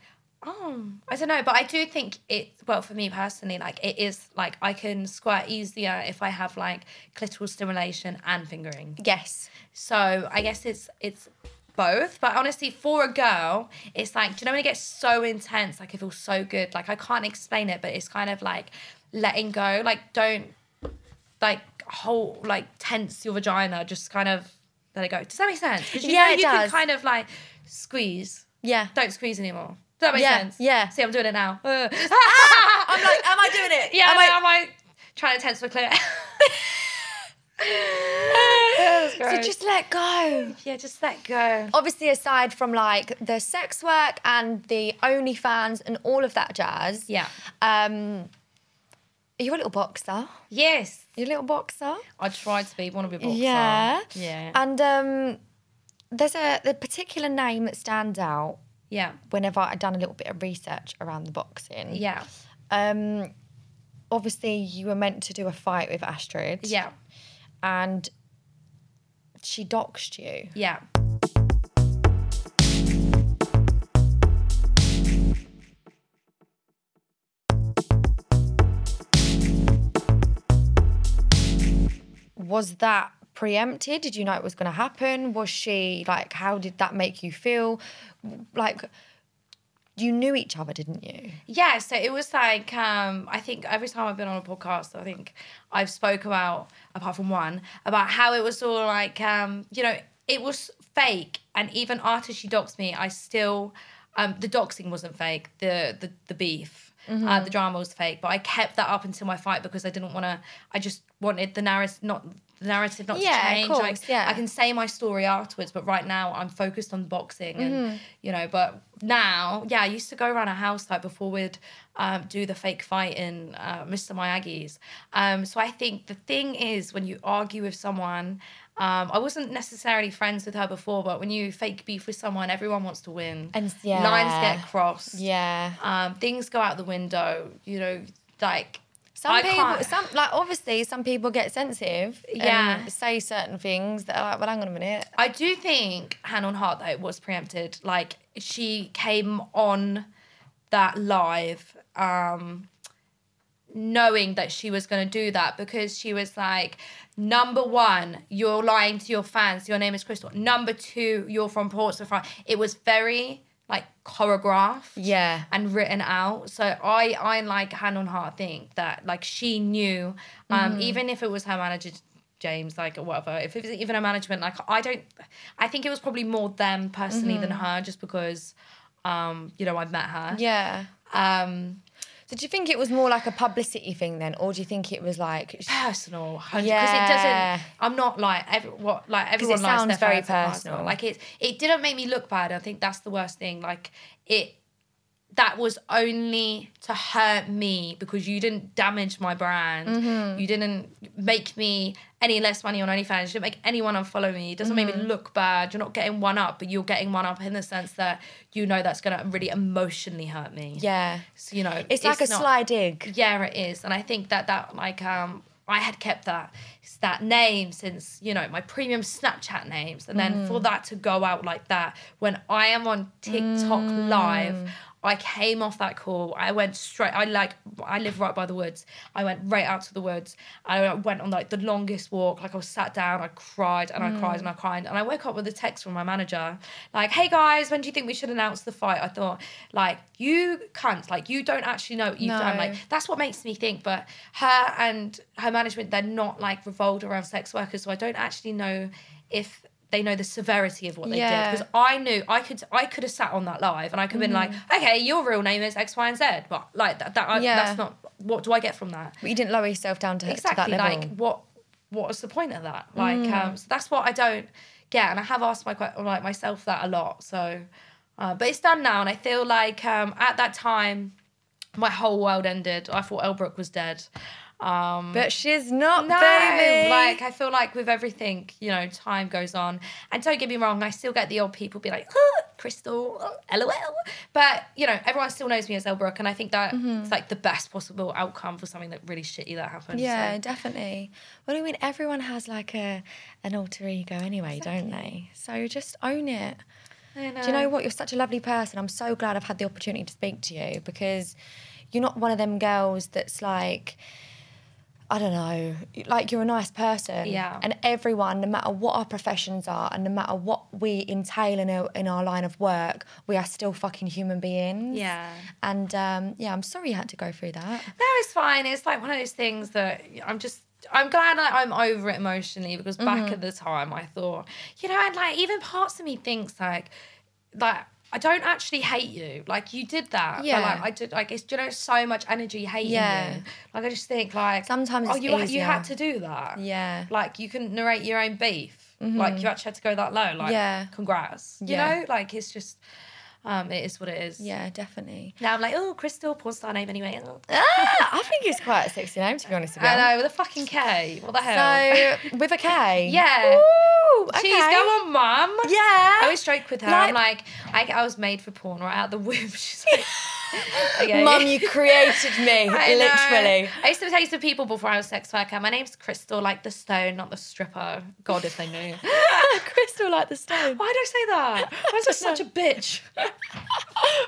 Speaker 2: Oh, I don't know, but I do think it. Well, for me personally, like it is like I can squirt easier if I have like clitoral stimulation and fingering.
Speaker 1: Yes.
Speaker 2: So I guess it's it's both. But honestly, for a girl, it's like, do you know when it gets so intense? Like it feels so good. Like I can't explain it, but it's kind of like letting go. Like don't like hold like tense your vagina. Just kind of let it go. Does that make sense? 'Cause you
Speaker 1: Yeah,
Speaker 2: know
Speaker 1: it
Speaker 2: you
Speaker 1: does.
Speaker 2: can kind of like squeeze.
Speaker 1: Yeah.
Speaker 2: Don't squeeze anymore. Does that make
Speaker 1: Yeah,
Speaker 2: sense?
Speaker 1: yeah.
Speaker 2: See, I'm doing it now. Ugh.
Speaker 1: I'm like, am I doing it?
Speaker 2: yeah,
Speaker 1: Am I-
Speaker 2: am I trying to tense my clit?
Speaker 1: so just let go.
Speaker 2: yeah, just let go.
Speaker 1: Obviously, aside from like the sex work and the OnlyFans and all of that jazz.
Speaker 2: Yeah.
Speaker 1: Um, are you a little boxer?
Speaker 2: Yes.
Speaker 1: You a little boxer?
Speaker 2: I tried to be one of your boxer.
Speaker 1: Yeah.
Speaker 2: Yeah.
Speaker 1: And um, there's a the particular name that stands out
Speaker 2: yeah.
Speaker 1: whenever I've done a little bit of research around the boxing.
Speaker 2: Yeah.
Speaker 1: Um, obviously, you were meant to do a fight with Astrid.
Speaker 2: Yeah.
Speaker 1: And she doxed you.
Speaker 2: Yeah.
Speaker 1: Was that preempted? Did you know it was going to happen? Was she like, how did that make you feel? Like, you knew each other, didn't you?
Speaker 2: Yeah. So it was like, um, I think every time I've been on a podcast, I think I've spoke about, apart from one, about how it was all like, um, you know, it was fake. And even after she doxed me, I still, um, the doxing wasn't fake. The the, the beef. Uh,
Speaker 1: Mm-hmm.
Speaker 2: the drama was fake, but I kept that up until my fight because I didn't want to. I just wanted the narrative, not the narrative, not
Speaker 1: Yeah,
Speaker 2: to
Speaker 1: of
Speaker 2: change.
Speaker 1: course,
Speaker 2: Like,
Speaker 1: yeah.
Speaker 2: I can say my story afterwards, but right now I'm focused on boxing and
Speaker 1: Mm-hmm.
Speaker 2: you know, but now, yeah, I used to go around a house like before we'd um, do the fake fight in uh, Mr. Miyagi's. Um, so I think the thing is when you argue with someone, um, I wasn't necessarily friends with her before, but when you fake beef with someone, everyone wants to win.
Speaker 1: And- yeah.
Speaker 2: lines get crossed.
Speaker 1: Yeah.
Speaker 2: Um, things go out the window, you know, like
Speaker 1: Some
Speaker 2: I
Speaker 1: people,
Speaker 2: can't-
Speaker 1: some like obviously, some people get sensitive. and
Speaker 2: Yeah.
Speaker 1: say certain things that are like, well, hang on a minute.
Speaker 2: I do think hand on heart that it was preempted. Like she came on that live um knowing that she was going to do that because she was like number one you're lying to your fans your name is crystal number two you're from portsmouth right? it was very like choreographed
Speaker 1: Yeah.
Speaker 2: and written out. So I I like hand on heart think that like she knew, um, even if it was her manager James, like or whatever, if it was even her management, like I don't I think it was probably more them personally than her, just because um, you know, I met her.
Speaker 1: Yeah.
Speaker 2: Um
Speaker 1: So do you think it was more like a publicity thing then, or do you think it was like? sh-
Speaker 2: personal because it
Speaker 1: Yeah.
Speaker 2: doesn't i'm not like every what like everyone likes
Speaker 1: sounds
Speaker 2: their
Speaker 1: very
Speaker 2: fans are
Speaker 1: personal.
Speaker 2: like it it didn't make me look bad i think that's the worst thing like it that was only to hurt me because you didn't damage my brand.
Speaker 1: Mm-hmm.
Speaker 2: You didn't make me any less money on OnlyFans. You didn't make anyone unfollow me. It doesn't make
Speaker 1: Mm-hmm.
Speaker 2: me look bad. You're not getting one up, but you're getting one up in the sense that you know that's going to really emotionally hurt me.
Speaker 1: Yeah.
Speaker 2: So, you know,
Speaker 1: It's, like a
Speaker 2: not-
Speaker 1: sly dig.
Speaker 2: Yeah, it is. And I think that that like um I had kept that that name since, you know, my premium Snapchat names. And then for that to go out like that when I am on TikTok live, I came off that call. I went straight I like I live right by the woods. I went right out to the woods. I went on like the longest walk. Like I was sat down, I cried and I cried and I cried. And I woke up with a text from my manager, like, hey guys, when do you think we should announce the fight? I thought, like, you cunts, like you don't actually know what you've done.
Speaker 1: No.
Speaker 2: Like that's what makes me think. But her and her management, they're not like revolved around sex workers, so I don't actually know if they know the severity of what they
Speaker 1: Yeah.
Speaker 2: did. Because I knew I could I could have sat on that live and I could have been like, okay, your real name is X, Y, and Z, but like that, that I,
Speaker 1: Mm. Yeah.
Speaker 2: that's not what do I get from that?
Speaker 1: But you didn't lower yourself down to, to
Speaker 2: exactly
Speaker 1: that level. Mm.
Speaker 2: like what what was the point of that like um so that's what i don't get and i have asked my que- like myself that a lot so uh, but it's done now and i feel like um at that time my whole world ended i thought elbrook was dead um
Speaker 1: but she's not,
Speaker 2: no,
Speaker 1: baby.
Speaker 2: like I feel like with everything, you know, time goes on. And don't get me wrong, I still get the old people be like, oh, Crystal, oh, lol. But you know, everyone still knows me as Elbrook, and I think that
Speaker 1: Mm-hmm.
Speaker 2: it's like the best possible outcome for something that really shitty that happened. so-
Speaker 1: Yeah, definitely. Well, I mean, everyone has like a an alter ego anyway, don't they? So just own it. Do you know
Speaker 2: Um,
Speaker 1: what? You're such a lovely person. I'm so glad I've had the opportunity to speak to you because you're not one of them girls that's like, I don't know, like you're a nice person.
Speaker 2: Yeah.
Speaker 1: And everyone, no matter what our professions are and no matter what we entail in our, in our line of work, we are still fucking human beings.
Speaker 2: Yeah.
Speaker 1: And um, yeah, I'm sorry you had to go through that.
Speaker 2: No, it's fine. It's like one of those things that I'm just. I'm glad that I'm over it emotionally because
Speaker 1: Mm-hmm.
Speaker 2: back at the time I thought, you know, and like even parts of me thinks like, like I don't actually hate you. Like you did that. but,
Speaker 1: Yeah.
Speaker 2: like I did. Like it's you know so much energy hating
Speaker 1: Yeah.
Speaker 2: you. Like I just think like
Speaker 1: Sometimes
Speaker 2: oh
Speaker 1: it's
Speaker 2: you you had
Speaker 1: easier.
Speaker 2: to do that.
Speaker 1: Yeah. Mm-hmm.
Speaker 2: Like you can narrate your own beef. Like you actually had to go that low. Like
Speaker 1: Yeah.
Speaker 2: congrats. You
Speaker 1: Yeah.
Speaker 2: know, like it's just, um, it is what it is.
Speaker 1: Yeah, definitely.
Speaker 2: Now I'm like, oh, Crystal, porn star name anyway. Oh.
Speaker 1: Ah, I think it's quite a sexy name, to be honest with you.
Speaker 2: I know, with a fucking K. What the hell?
Speaker 1: So with a K.
Speaker 2: Yeah.
Speaker 1: Ooh, okay.
Speaker 2: She's going, mum.
Speaker 1: Yeah.
Speaker 2: I always joke with her. I'm like, I, I was made for porn right out the womb. She's like, okay.
Speaker 1: Mum, you created me,
Speaker 2: I know.
Speaker 1: literally.
Speaker 2: I used to say to people before I was a sex worker, my name's Crystal, like the stone, not the stripper. God, if they knew.
Speaker 1: Crystal like the stone.
Speaker 2: Why do I say that? Why am I such a bitch?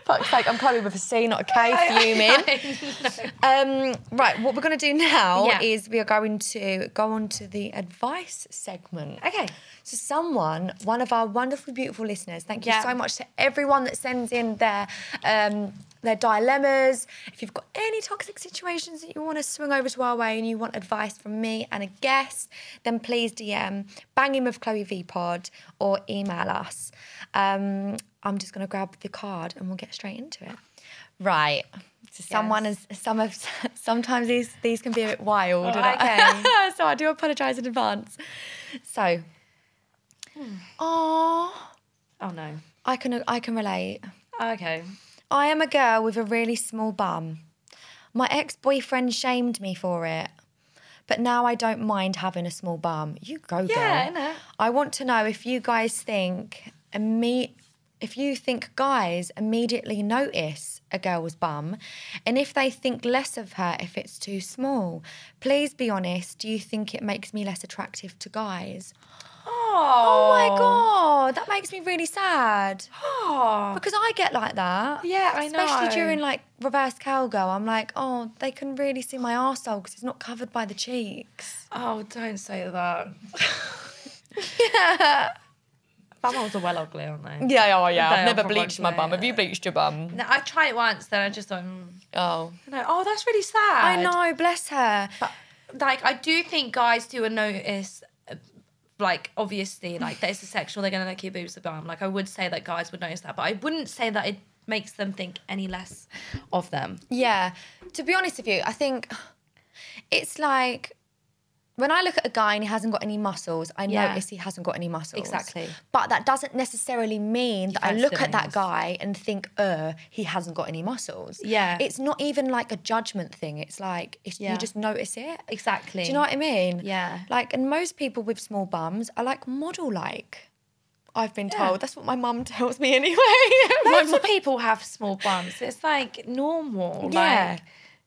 Speaker 1: Fuck's sake, I'm Chloe with a C, not a K, fuming.
Speaker 2: I know.
Speaker 1: Um, right, what we're going to do now
Speaker 2: Yeah.
Speaker 1: is we are going to go on to the advice segment.
Speaker 2: Okay.
Speaker 1: So, someone, one of our wonderful, beautiful listeners, thank you
Speaker 2: Yeah.
Speaker 1: so much to everyone that sends in their. Um, their dilemmas. If you've got any toxic situations that you want to swing over to our way and you want advice from me and a guest, then please DM Bang Him with Chloe V Pod or email us. Um, I'm just going to grab the card and we'll get straight into it. Right. So someone
Speaker 2: Yes.
Speaker 1: is some of sometimes these these can be a bit wild. and I- so I do apologise in advance. So
Speaker 2: Hmm.
Speaker 1: Oh,
Speaker 2: Oh, no.
Speaker 1: I can I can relate.
Speaker 2: Okay.
Speaker 1: I am a girl with a really small bum. My ex-boyfriend shamed me for it. But now I don't mind having a small bum. You go, girl.
Speaker 2: Yeah, I know.
Speaker 1: I want to know if you guys think imme- if you think guys immediately notice a girl's bum and if they think less of her if it's too small. Please be honest, do you think it makes me less attractive to guys? Oh
Speaker 2: Oh,
Speaker 1: my god, that makes me really sad.
Speaker 2: Oh.
Speaker 1: Because I get like that.
Speaker 2: Yeah, I
Speaker 1: Especially
Speaker 2: know.
Speaker 1: during like reverse cowgirl, I'm like, oh, they can really see my arsehole because it's not covered by the cheeks.
Speaker 2: Oh, don't say that.
Speaker 1: Yeah.
Speaker 2: Bumholes are well ugly, aren't they?
Speaker 1: Yeah, oh yeah.
Speaker 2: I've They are never bleached my probably, bum. Have
Speaker 1: you bleached your bum?
Speaker 2: No, I tried it once, then I just thought, mm,
Speaker 1: Oh.
Speaker 2: you know, oh, that's really sad.
Speaker 1: I know, bless her.
Speaker 2: Like, I do think guys do notice, uh, like, obviously, like, there's a sexual, they're going to look your boobs a bum. Like, I would say that guys would notice that, but I wouldn't say that it makes them think any less of them.
Speaker 1: Yeah. To be honest with you, I think it's like when I look at a guy and he hasn't got any muscles, I
Speaker 2: Yeah.
Speaker 1: notice he hasn't got any muscles.
Speaker 2: Exactly.
Speaker 1: But that doesn't necessarily mean that I
Speaker 2: fancy
Speaker 1: look
Speaker 2: them
Speaker 1: at that
Speaker 2: anyways.
Speaker 1: guy and think, uh, he hasn't got any muscles.
Speaker 2: Yeah.
Speaker 1: It's not even like a judgment thing. It's like it's,
Speaker 2: Yeah.
Speaker 1: you just notice it.
Speaker 2: Exactly.
Speaker 1: Do you know what I mean?
Speaker 2: Yeah.
Speaker 1: Like, and most people with small bums are like model like. I've been
Speaker 2: Yeah.
Speaker 1: told. That's what my mum tells me anyway. My
Speaker 2: Lots
Speaker 1: mum-
Speaker 2: of people have small bums. It's like normal.
Speaker 1: Yeah.
Speaker 2: Like,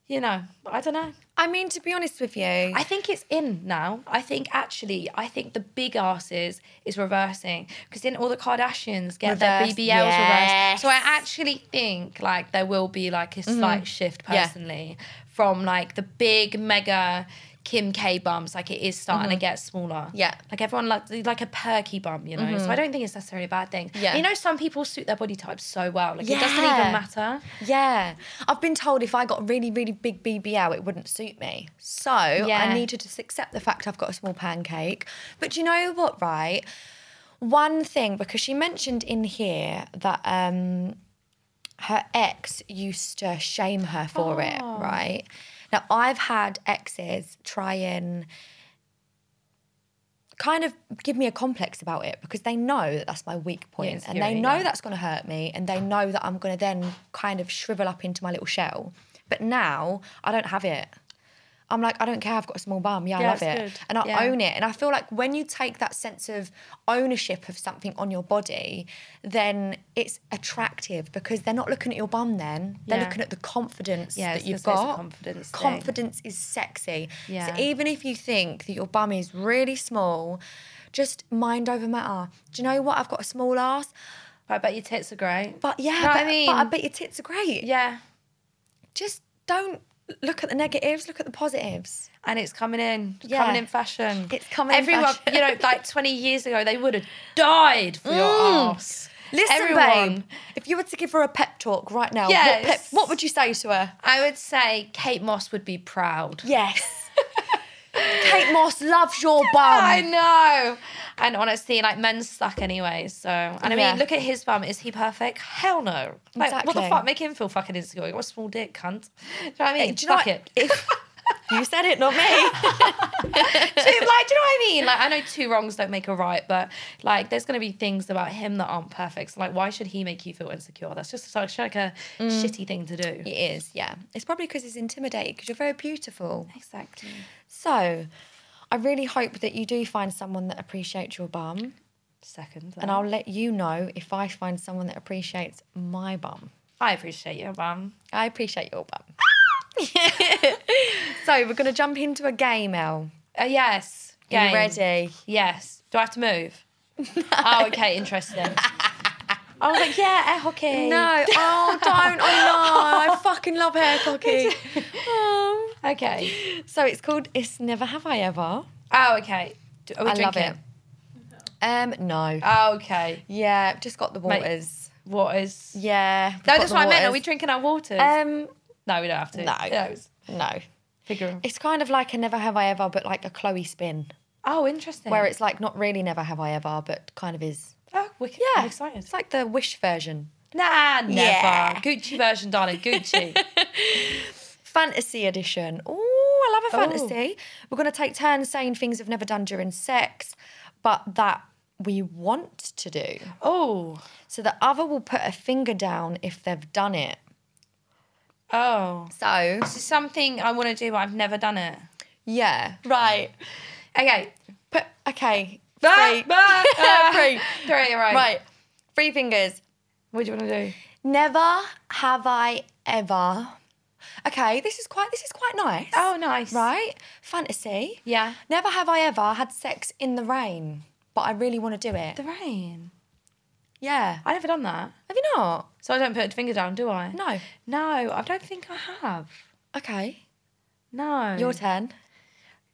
Speaker 2: you know, I don't know.
Speaker 1: I mean, to be honest with you,
Speaker 2: I think it's in now. I think actually, I think the big asses is reversing because then all the Kardashians get their
Speaker 1: Reverse,
Speaker 2: BBLs reversed. So I actually think like there will be like a slight shift
Speaker 1: Mm-hmm. Yeah.
Speaker 2: personally from like the big mega Kim K bums. Like it is starting to get smaller.
Speaker 1: Mm-hmm. Yeah. Mm-hmm.
Speaker 2: Like everyone like like a perky bum, you know. So I don't think it's necessarily a bad thing.
Speaker 1: Yeah.
Speaker 2: You know, some people suit their body type so well. Like it doesn't
Speaker 1: Yeah.
Speaker 2: even matter.
Speaker 1: Yeah. I've been told if I got really, really big BBL, it wouldn't suit me. So I
Speaker 2: Yeah.
Speaker 1: need to just accept the fact I've got a small pancake. But you know what, right? One thing, because she mentioned in here that um, her ex used to shame her for it,
Speaker 2: Oh.
Speaker 1: right? Now, I've had exes try and kind of give me a complex about it because they know that that's my weak point and they
Speaker 2: insecurity,
Speaker 1: know
Speaker 2: yeah.
Speaker 1: that's going to hurt me and they know that I'm going to then kind of shrivel up into my little shell. But now I don't have it. I'm like, I don't care, I've got a small bum. Yeah, I
Speaker 2: Yeah,
Speaker 1: love it.
Speaker 2: that's good.
Speaker 1: And I
Speaker 2: Yeah.
Speaker 1: own it. And I feel like when you take that sense of ownership of something on your body, then it's attractive because they're not looking at your bum then. They're
Speaker 2: Yeah.
Speaker 1: looking at the confidence
Speaker 2: Yeah, I was
Speaker 1: that you've
Speaker 2: gonna say it's a
Speaker 1: got.
Speaker 2: confidence thing.
Speaker 1: confidence is sexy.
Speaker 2: Yeah.
Speaker 1: So even if you think that your bum is really small, just mind over matter. Do you know what? I've got a small ass,
Speaker 2: I bet your tits are great.
Speaker 1: but yeah,
Speaker 2: Know what
Speaker 1: but,
Speaker 2: I mean?
Speaker 1: but I bet your tits are great.
Speaker 2: yeah.
Speaker 1: Just don't look at the negatives, look at the positives.
Speaker 2: and it's coming in, it's
Speaker 1: Yeah.
Speaker 2: coming in fashion.
Speaker 1: It's coming in
Speaker 2: Everyone,
Speaker 1: fashion.
Speaker 2: you know, like 20 years ago, they would have died for your ass.
Speaker 1: Mm. Listen,
Speaker 2: Everyone.
Speaker 1: babe. If you were to give her a pep talk right now, what,
Speaker 2: Yes.
Speaker 1: pep, what would you say to her?
Speaker 2: I would say Kate Moss would be proud.
Speaker 1: Yes. Kate Moss loves your bum.
Speaker 2: I know. And honestly, like men suck anyway. So, and I
Speaker 1: Yeah.
Speaker 2: mean, look at his bum. Is he perfect? Hell no. Like, what
Speaker 1: Exactly.
Speaker 2: the fuck? Make him feel fucking insecure. You got a small dick, cunt. Do you know what I mean?
Speaker 1: Hey, do you know
Speaker 2: fuck
Speaker 1: what-
Speaker 2: it.
Speaker 1: if- you said it, not me.
Speaker 2: So, like, do you know what I mean? Like, I know two wrongs don't make a right, but like, there's gonna be things about him that aren't perfect. So, like, why should he make you feel insecure? That's just such like a shitty thing to do.
Speaker 1: it is, Mm. yeah. It's probably because he's intimidated because you're very beautiful.
Speaker 2: Exactly.
Speaker 1: So, I really hope that you do find someone that appreciates your bum.
Speaker 2: Second,
Speaker 1: And
Speaker 2: and I'll,
Speaker 1: I'll let you know if I find someone that appreciates my bum.
Speaker 2: I appreciate you, mum.
Speaker 1: I appreciate your bum. so, we're going to jump into a game, El.
Speaker 2: Uh, yes.
Speaker 1: Are
Speaker 2: Game.
Speaker 1: you ready?
Speaker 2: Yes. Do I have to move? oh, okay. Interesting. I was like, yeah, air hockey.
Speaker 1: No, oh, don't. I know. I fucking love hair cocky.
Speaker 2: Okay.
Speaker 1: Um, So it's called It's Never Have I Ever.
Speaker 2: Oh, okay. Do, are we
Speaker 1: I love
Speaker 2: drinking?
Speaker 1: it. Um, no.
Speaker 2: Oh, okay.
Speaker 1: Yeah, just got the
Speaker 2: Mate.
Speaker 1: waters.
Speaker 2: Waters.
Speaker 1: Yeah.
Speaker 2: No, that's what I meant. Are we drinking our waters?
Speaker 1: Um,
Speaker 2: no, we don't have to.
Speaker 1: no.
Speaker 2: Yeah, it was-
Speaker 1: Um, no.
Speaker 2: figure.
Speaker 1: It's kind of like a Never Have I Ever, but like a Chloe spin,
Speaker 2: Oh, interesting.
Speaker 1: where it's like not really Never Have I Ever, but kind of is.
Speaker 2: Oh, wicked. I'm excited.
Speaker 1: It's like the Wish version.
Speaker 2: Nah, never.
Speaker 1: Yeah.
Speaker 2: Gucci version, darling. Gucci.
Speaker 1: Fantasy edition. Oh, I love a
Speaker 2: Ooh.
Speaker 1: fantasy. We're going to take turns saying things we've never done during sex, but that we want to do.
Speaker 2: oh.
Speaker 1: So the other will put a finger down if they've done it.
Speaker 2: Oh.
Speaker 1: So,
Speaker 2: This is something I want to do, but I've never done it.
Speaker 1: yeah. Right.
Speaker 2: Okay.
Speaker 1: Put, okay.
Speaker 2: Three.
Speaker 1: Three. uh, Three.
Speaker 2: Three, right.
Speaker 1: Right. Three fingers.
Speaker 2: What do you want to do?
Speaker 1: Never have I ever. Okay, this is quite this is quite nice.
Speaker 2: Oh, nice.
Speaker 1: Right? Fantasy.
Speaker 2: Yeah.
Speaker 1: Never have I ever had sex in the rain, but I really want to do it.
Speaker 2: The rain.
Speaker 1: Yeah.
Speaker 2: I never done that.
Speaker 1: Have you not?
Speaker 2: So I don't put a finger down, do I?
Speaker 1: No.
Speaker 2: No, I don't think I have.
Speaker 1: Okay.
Speaker 2: No.
Speaker 1: Your turn.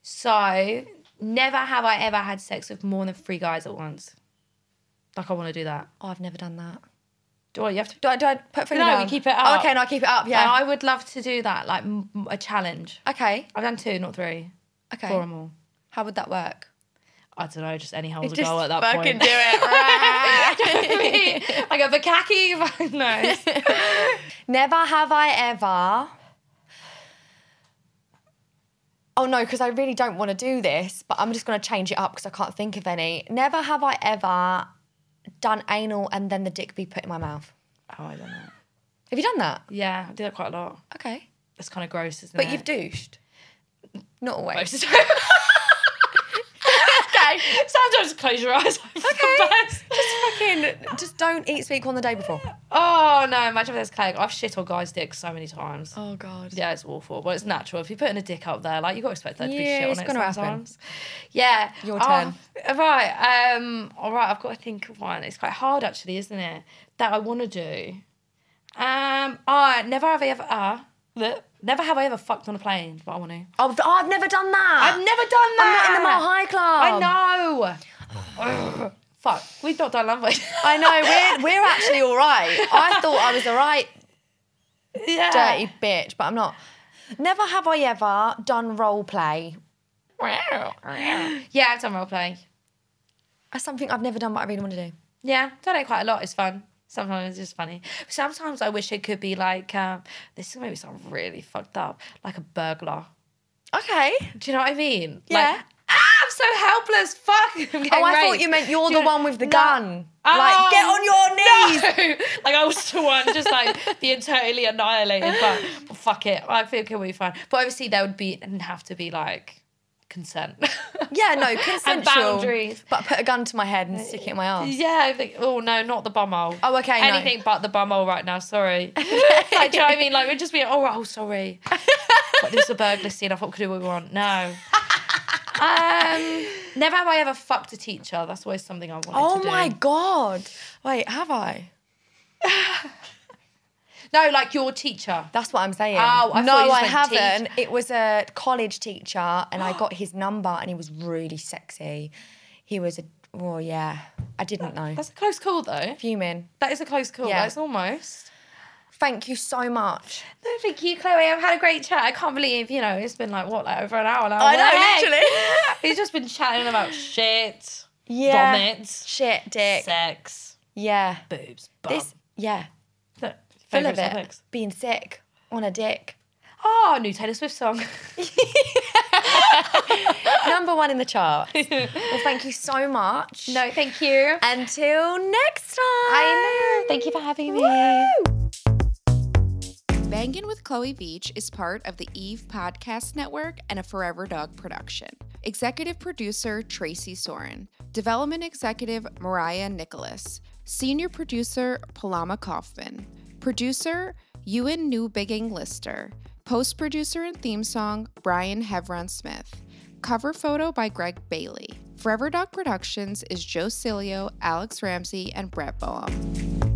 Speaker 2: so, never have I ever had sex with more than three guys at once. Like, I want to do that.
Speaker 1: Oh, I've never done that.
Speaker 2: Do I? You have to
Speaker 1: Do I, do I put a finger
Speaker 2: No, you
Speaker 1: down?
Speaker 2: keep it
Speaker 1: Oh,
Speaker 2: up.
Speaker 1: okay, no, I keep it up. Uh,
Speaker 2: Yeah,
Speaker 1: Yeah.
Speaker 2: I would love to do that, like m- m- a challenge.
Speaker 1: Okay.
Speaker 2: I've done two, not three,
Speaker 1: Okay.
Speaker 2: four or more.
Speaker 1: How would that work?
Speaker 2: I don't know, just any holes
Speaker 1: Just
Speaker 2: go at that
Speaker 1: fucking
Speaker 2: point.
Speaker 1: do
Speaker 2: it, right? I got the khaki. nice.
Speaker 1: Never have I ever oh no, because I really don't want to do this, but I'm just going to change it up because I can't think of any. Never have I ever done anal and then the dick be put in my mouth.
Speaker 2: Oh, I don't know.
Speaker 1: Have you done that?
Speaker 2: Yeah, I do that quite a lot.
Speaker 1: Okay.
Speaker 2: It's kind of gross, isn't
Speaker 1: But
Speaker 2: it?
Speaker 1: you've douched? Not always.
Speaker 2: Gross. okay. Sometimes just close your eyes.
Speaker 1: Okay.
Speaker 2: Okay.
Speaker 1: Just fucking, just don't eat speak on the day before.
Speaker 2: Oh no! Imagine if there's cake. I've shit on guys' dicks so many times.
Speaker 1: Oh God.
Speaker 2: Yeah, it's awful. Well, it's natural. If you're putting a dick up there, like you got to expect there to be
Speaker 1: Yeah,
Speaker 2: shit on
Speaker 1: it's
Speaker 2: it
Speaker 1: gonna happen.
Speaker 2: sometimes. Yeah.
Speaker 1: Your
Speaker 2: Oh,
Speaker 1: turn.
Speaker 2: right. Um. All right. I've got to think of one. It's quite hard actually, isn't it? That I want to do. Um. I never have I ever. Uh, look, never have I ever fucked on a plane, but I want to.
Speaker 1: Oh, oh, I've never done that.
Speaker 2: I've never done that.
Speaker 1: I'm not in the Mile High Club.
Speaker 2: I know. Ugh. Fuck. We've not done language.
Speaker 1: I know. We're we're actually all right. I thought I was all right,
Speaker 2: yeah.
Speaker 1: dirty bitch, but I'm not. Never have I ever done role play.
Speaker 2: yeah, I've done role play.
Speaker 1: That's something I've never done, but I really want to do.
Speaker 2: Yeah, done it quite a lot. It's fun. Sometimes it's just funny. Sometimes I wish it could be like um, this is maybe sound really fucked up, like a burglar.
Speaker 1: Okay.
Speaker 2: Do you know what I mean?
Speaker 1: Yeah.
Speaker 2: Like, ah, I'm so helpless. Fuck. I'm
Speaker 1: Oh,
Speaker 2: getting
Speaker 1: I thought
Speaker 2: raped.
Speaker 1: you meant you're
Speaker 2: Do
Speaker 1: the
Speaker 2: know-
Speaker 1: one with the
Speaker 2: No.
Speaker 1: gun.
Speaker 2: Oh,
Speaker 1: like, get on your knees.
Speaker 2: No. like I was the one just like being totally annihilated, but but fuck it. I think it will be fine. But obviously there would be and have to be like consent.
Speaker 1: Yeah, no, consensual.
Speaker 2: And boundaries.
Speaker 1: But put a gun to my head and stick it in my arse.
Speaker 2: Yeah, I think, oh no, not the bumhole.
Speaker 1: Oh, okay, no.
Speaker 2: Anything but the bumhole right now, sorry. like, do you know what I mean? Like, we'd just be, oh, oh sorry. like, this is a burglar scene, I thought we could do what we want. No. um, never have I ever fucked a teacher. That's always something I wanted
Speaker 1: Oh
Speaker 2: to do.
Speaker 1: my god. Wait, have I?
Speaker 2: No, like your teacher.
Speaker 1: That's what I'm saying.
Speaker 2: Oh, I
Speaker 1: no,
Speaker 2: thought you just
Speaker 1: I
Speaker 2: meant teach.
Speaker 1: haven't. It was a college teacher, and I got his number, and he was really sexy. He was a oh yeah, I didn't know.
Speaker 2: That's a close call, though.
Speaker 1: Fuming.
Speaker 2: That is a close call.
Speaker 1: Yeah.
Speaker 2: That's almost.
Speaker 1: Thank you so much.
Speaker 2: No, thank you, Chloe. I've had a great chat. I can't believe, you know, it's been like, what, like over an hour now?
Speaker 1: I know,
Speaker 2: What the heck?
Speaker 1: literally.
Speaker 2: He's just been chatting about shit,
Speaker 1: Yeah.
Speaker 2: vomit,
Speaker 1: Shit, dick.
Speaker 2: sex,
Speaker 1: Yeah.
Speaker 2: boobs,
Speaker 1: This. Yeah.
Speaker 2: Look,
Speaker 1: Full of
Speaker 2: favourite
Speaker 1: it.
Speaker 2: topics.
Speaker 1: Being sick on a dick.
Speaker 2: Oh, new Taylor Swift song.
Speaker 1: Number one in the chart. well, thank you so much.
Speaker 2: no, thank you.
Speaker 1: Until next time.
Speaker 2: I know. Thank you for having me.
Speaker 3: Bangin' with Chloe Beach is part of the Eve Podcast Network and a Forever Dog production. Executive producer Tracy Soren, development executive Mariah Nicholas, senior producer Paloma Kaufman, producer Ewan Newbigging Lister, post producer and theme song Brian Hevron Smith. Cover photo by Greg Bailey. Forever Dog Productions is Joe Cilio, Alex Ramsey, and Brett Boehm.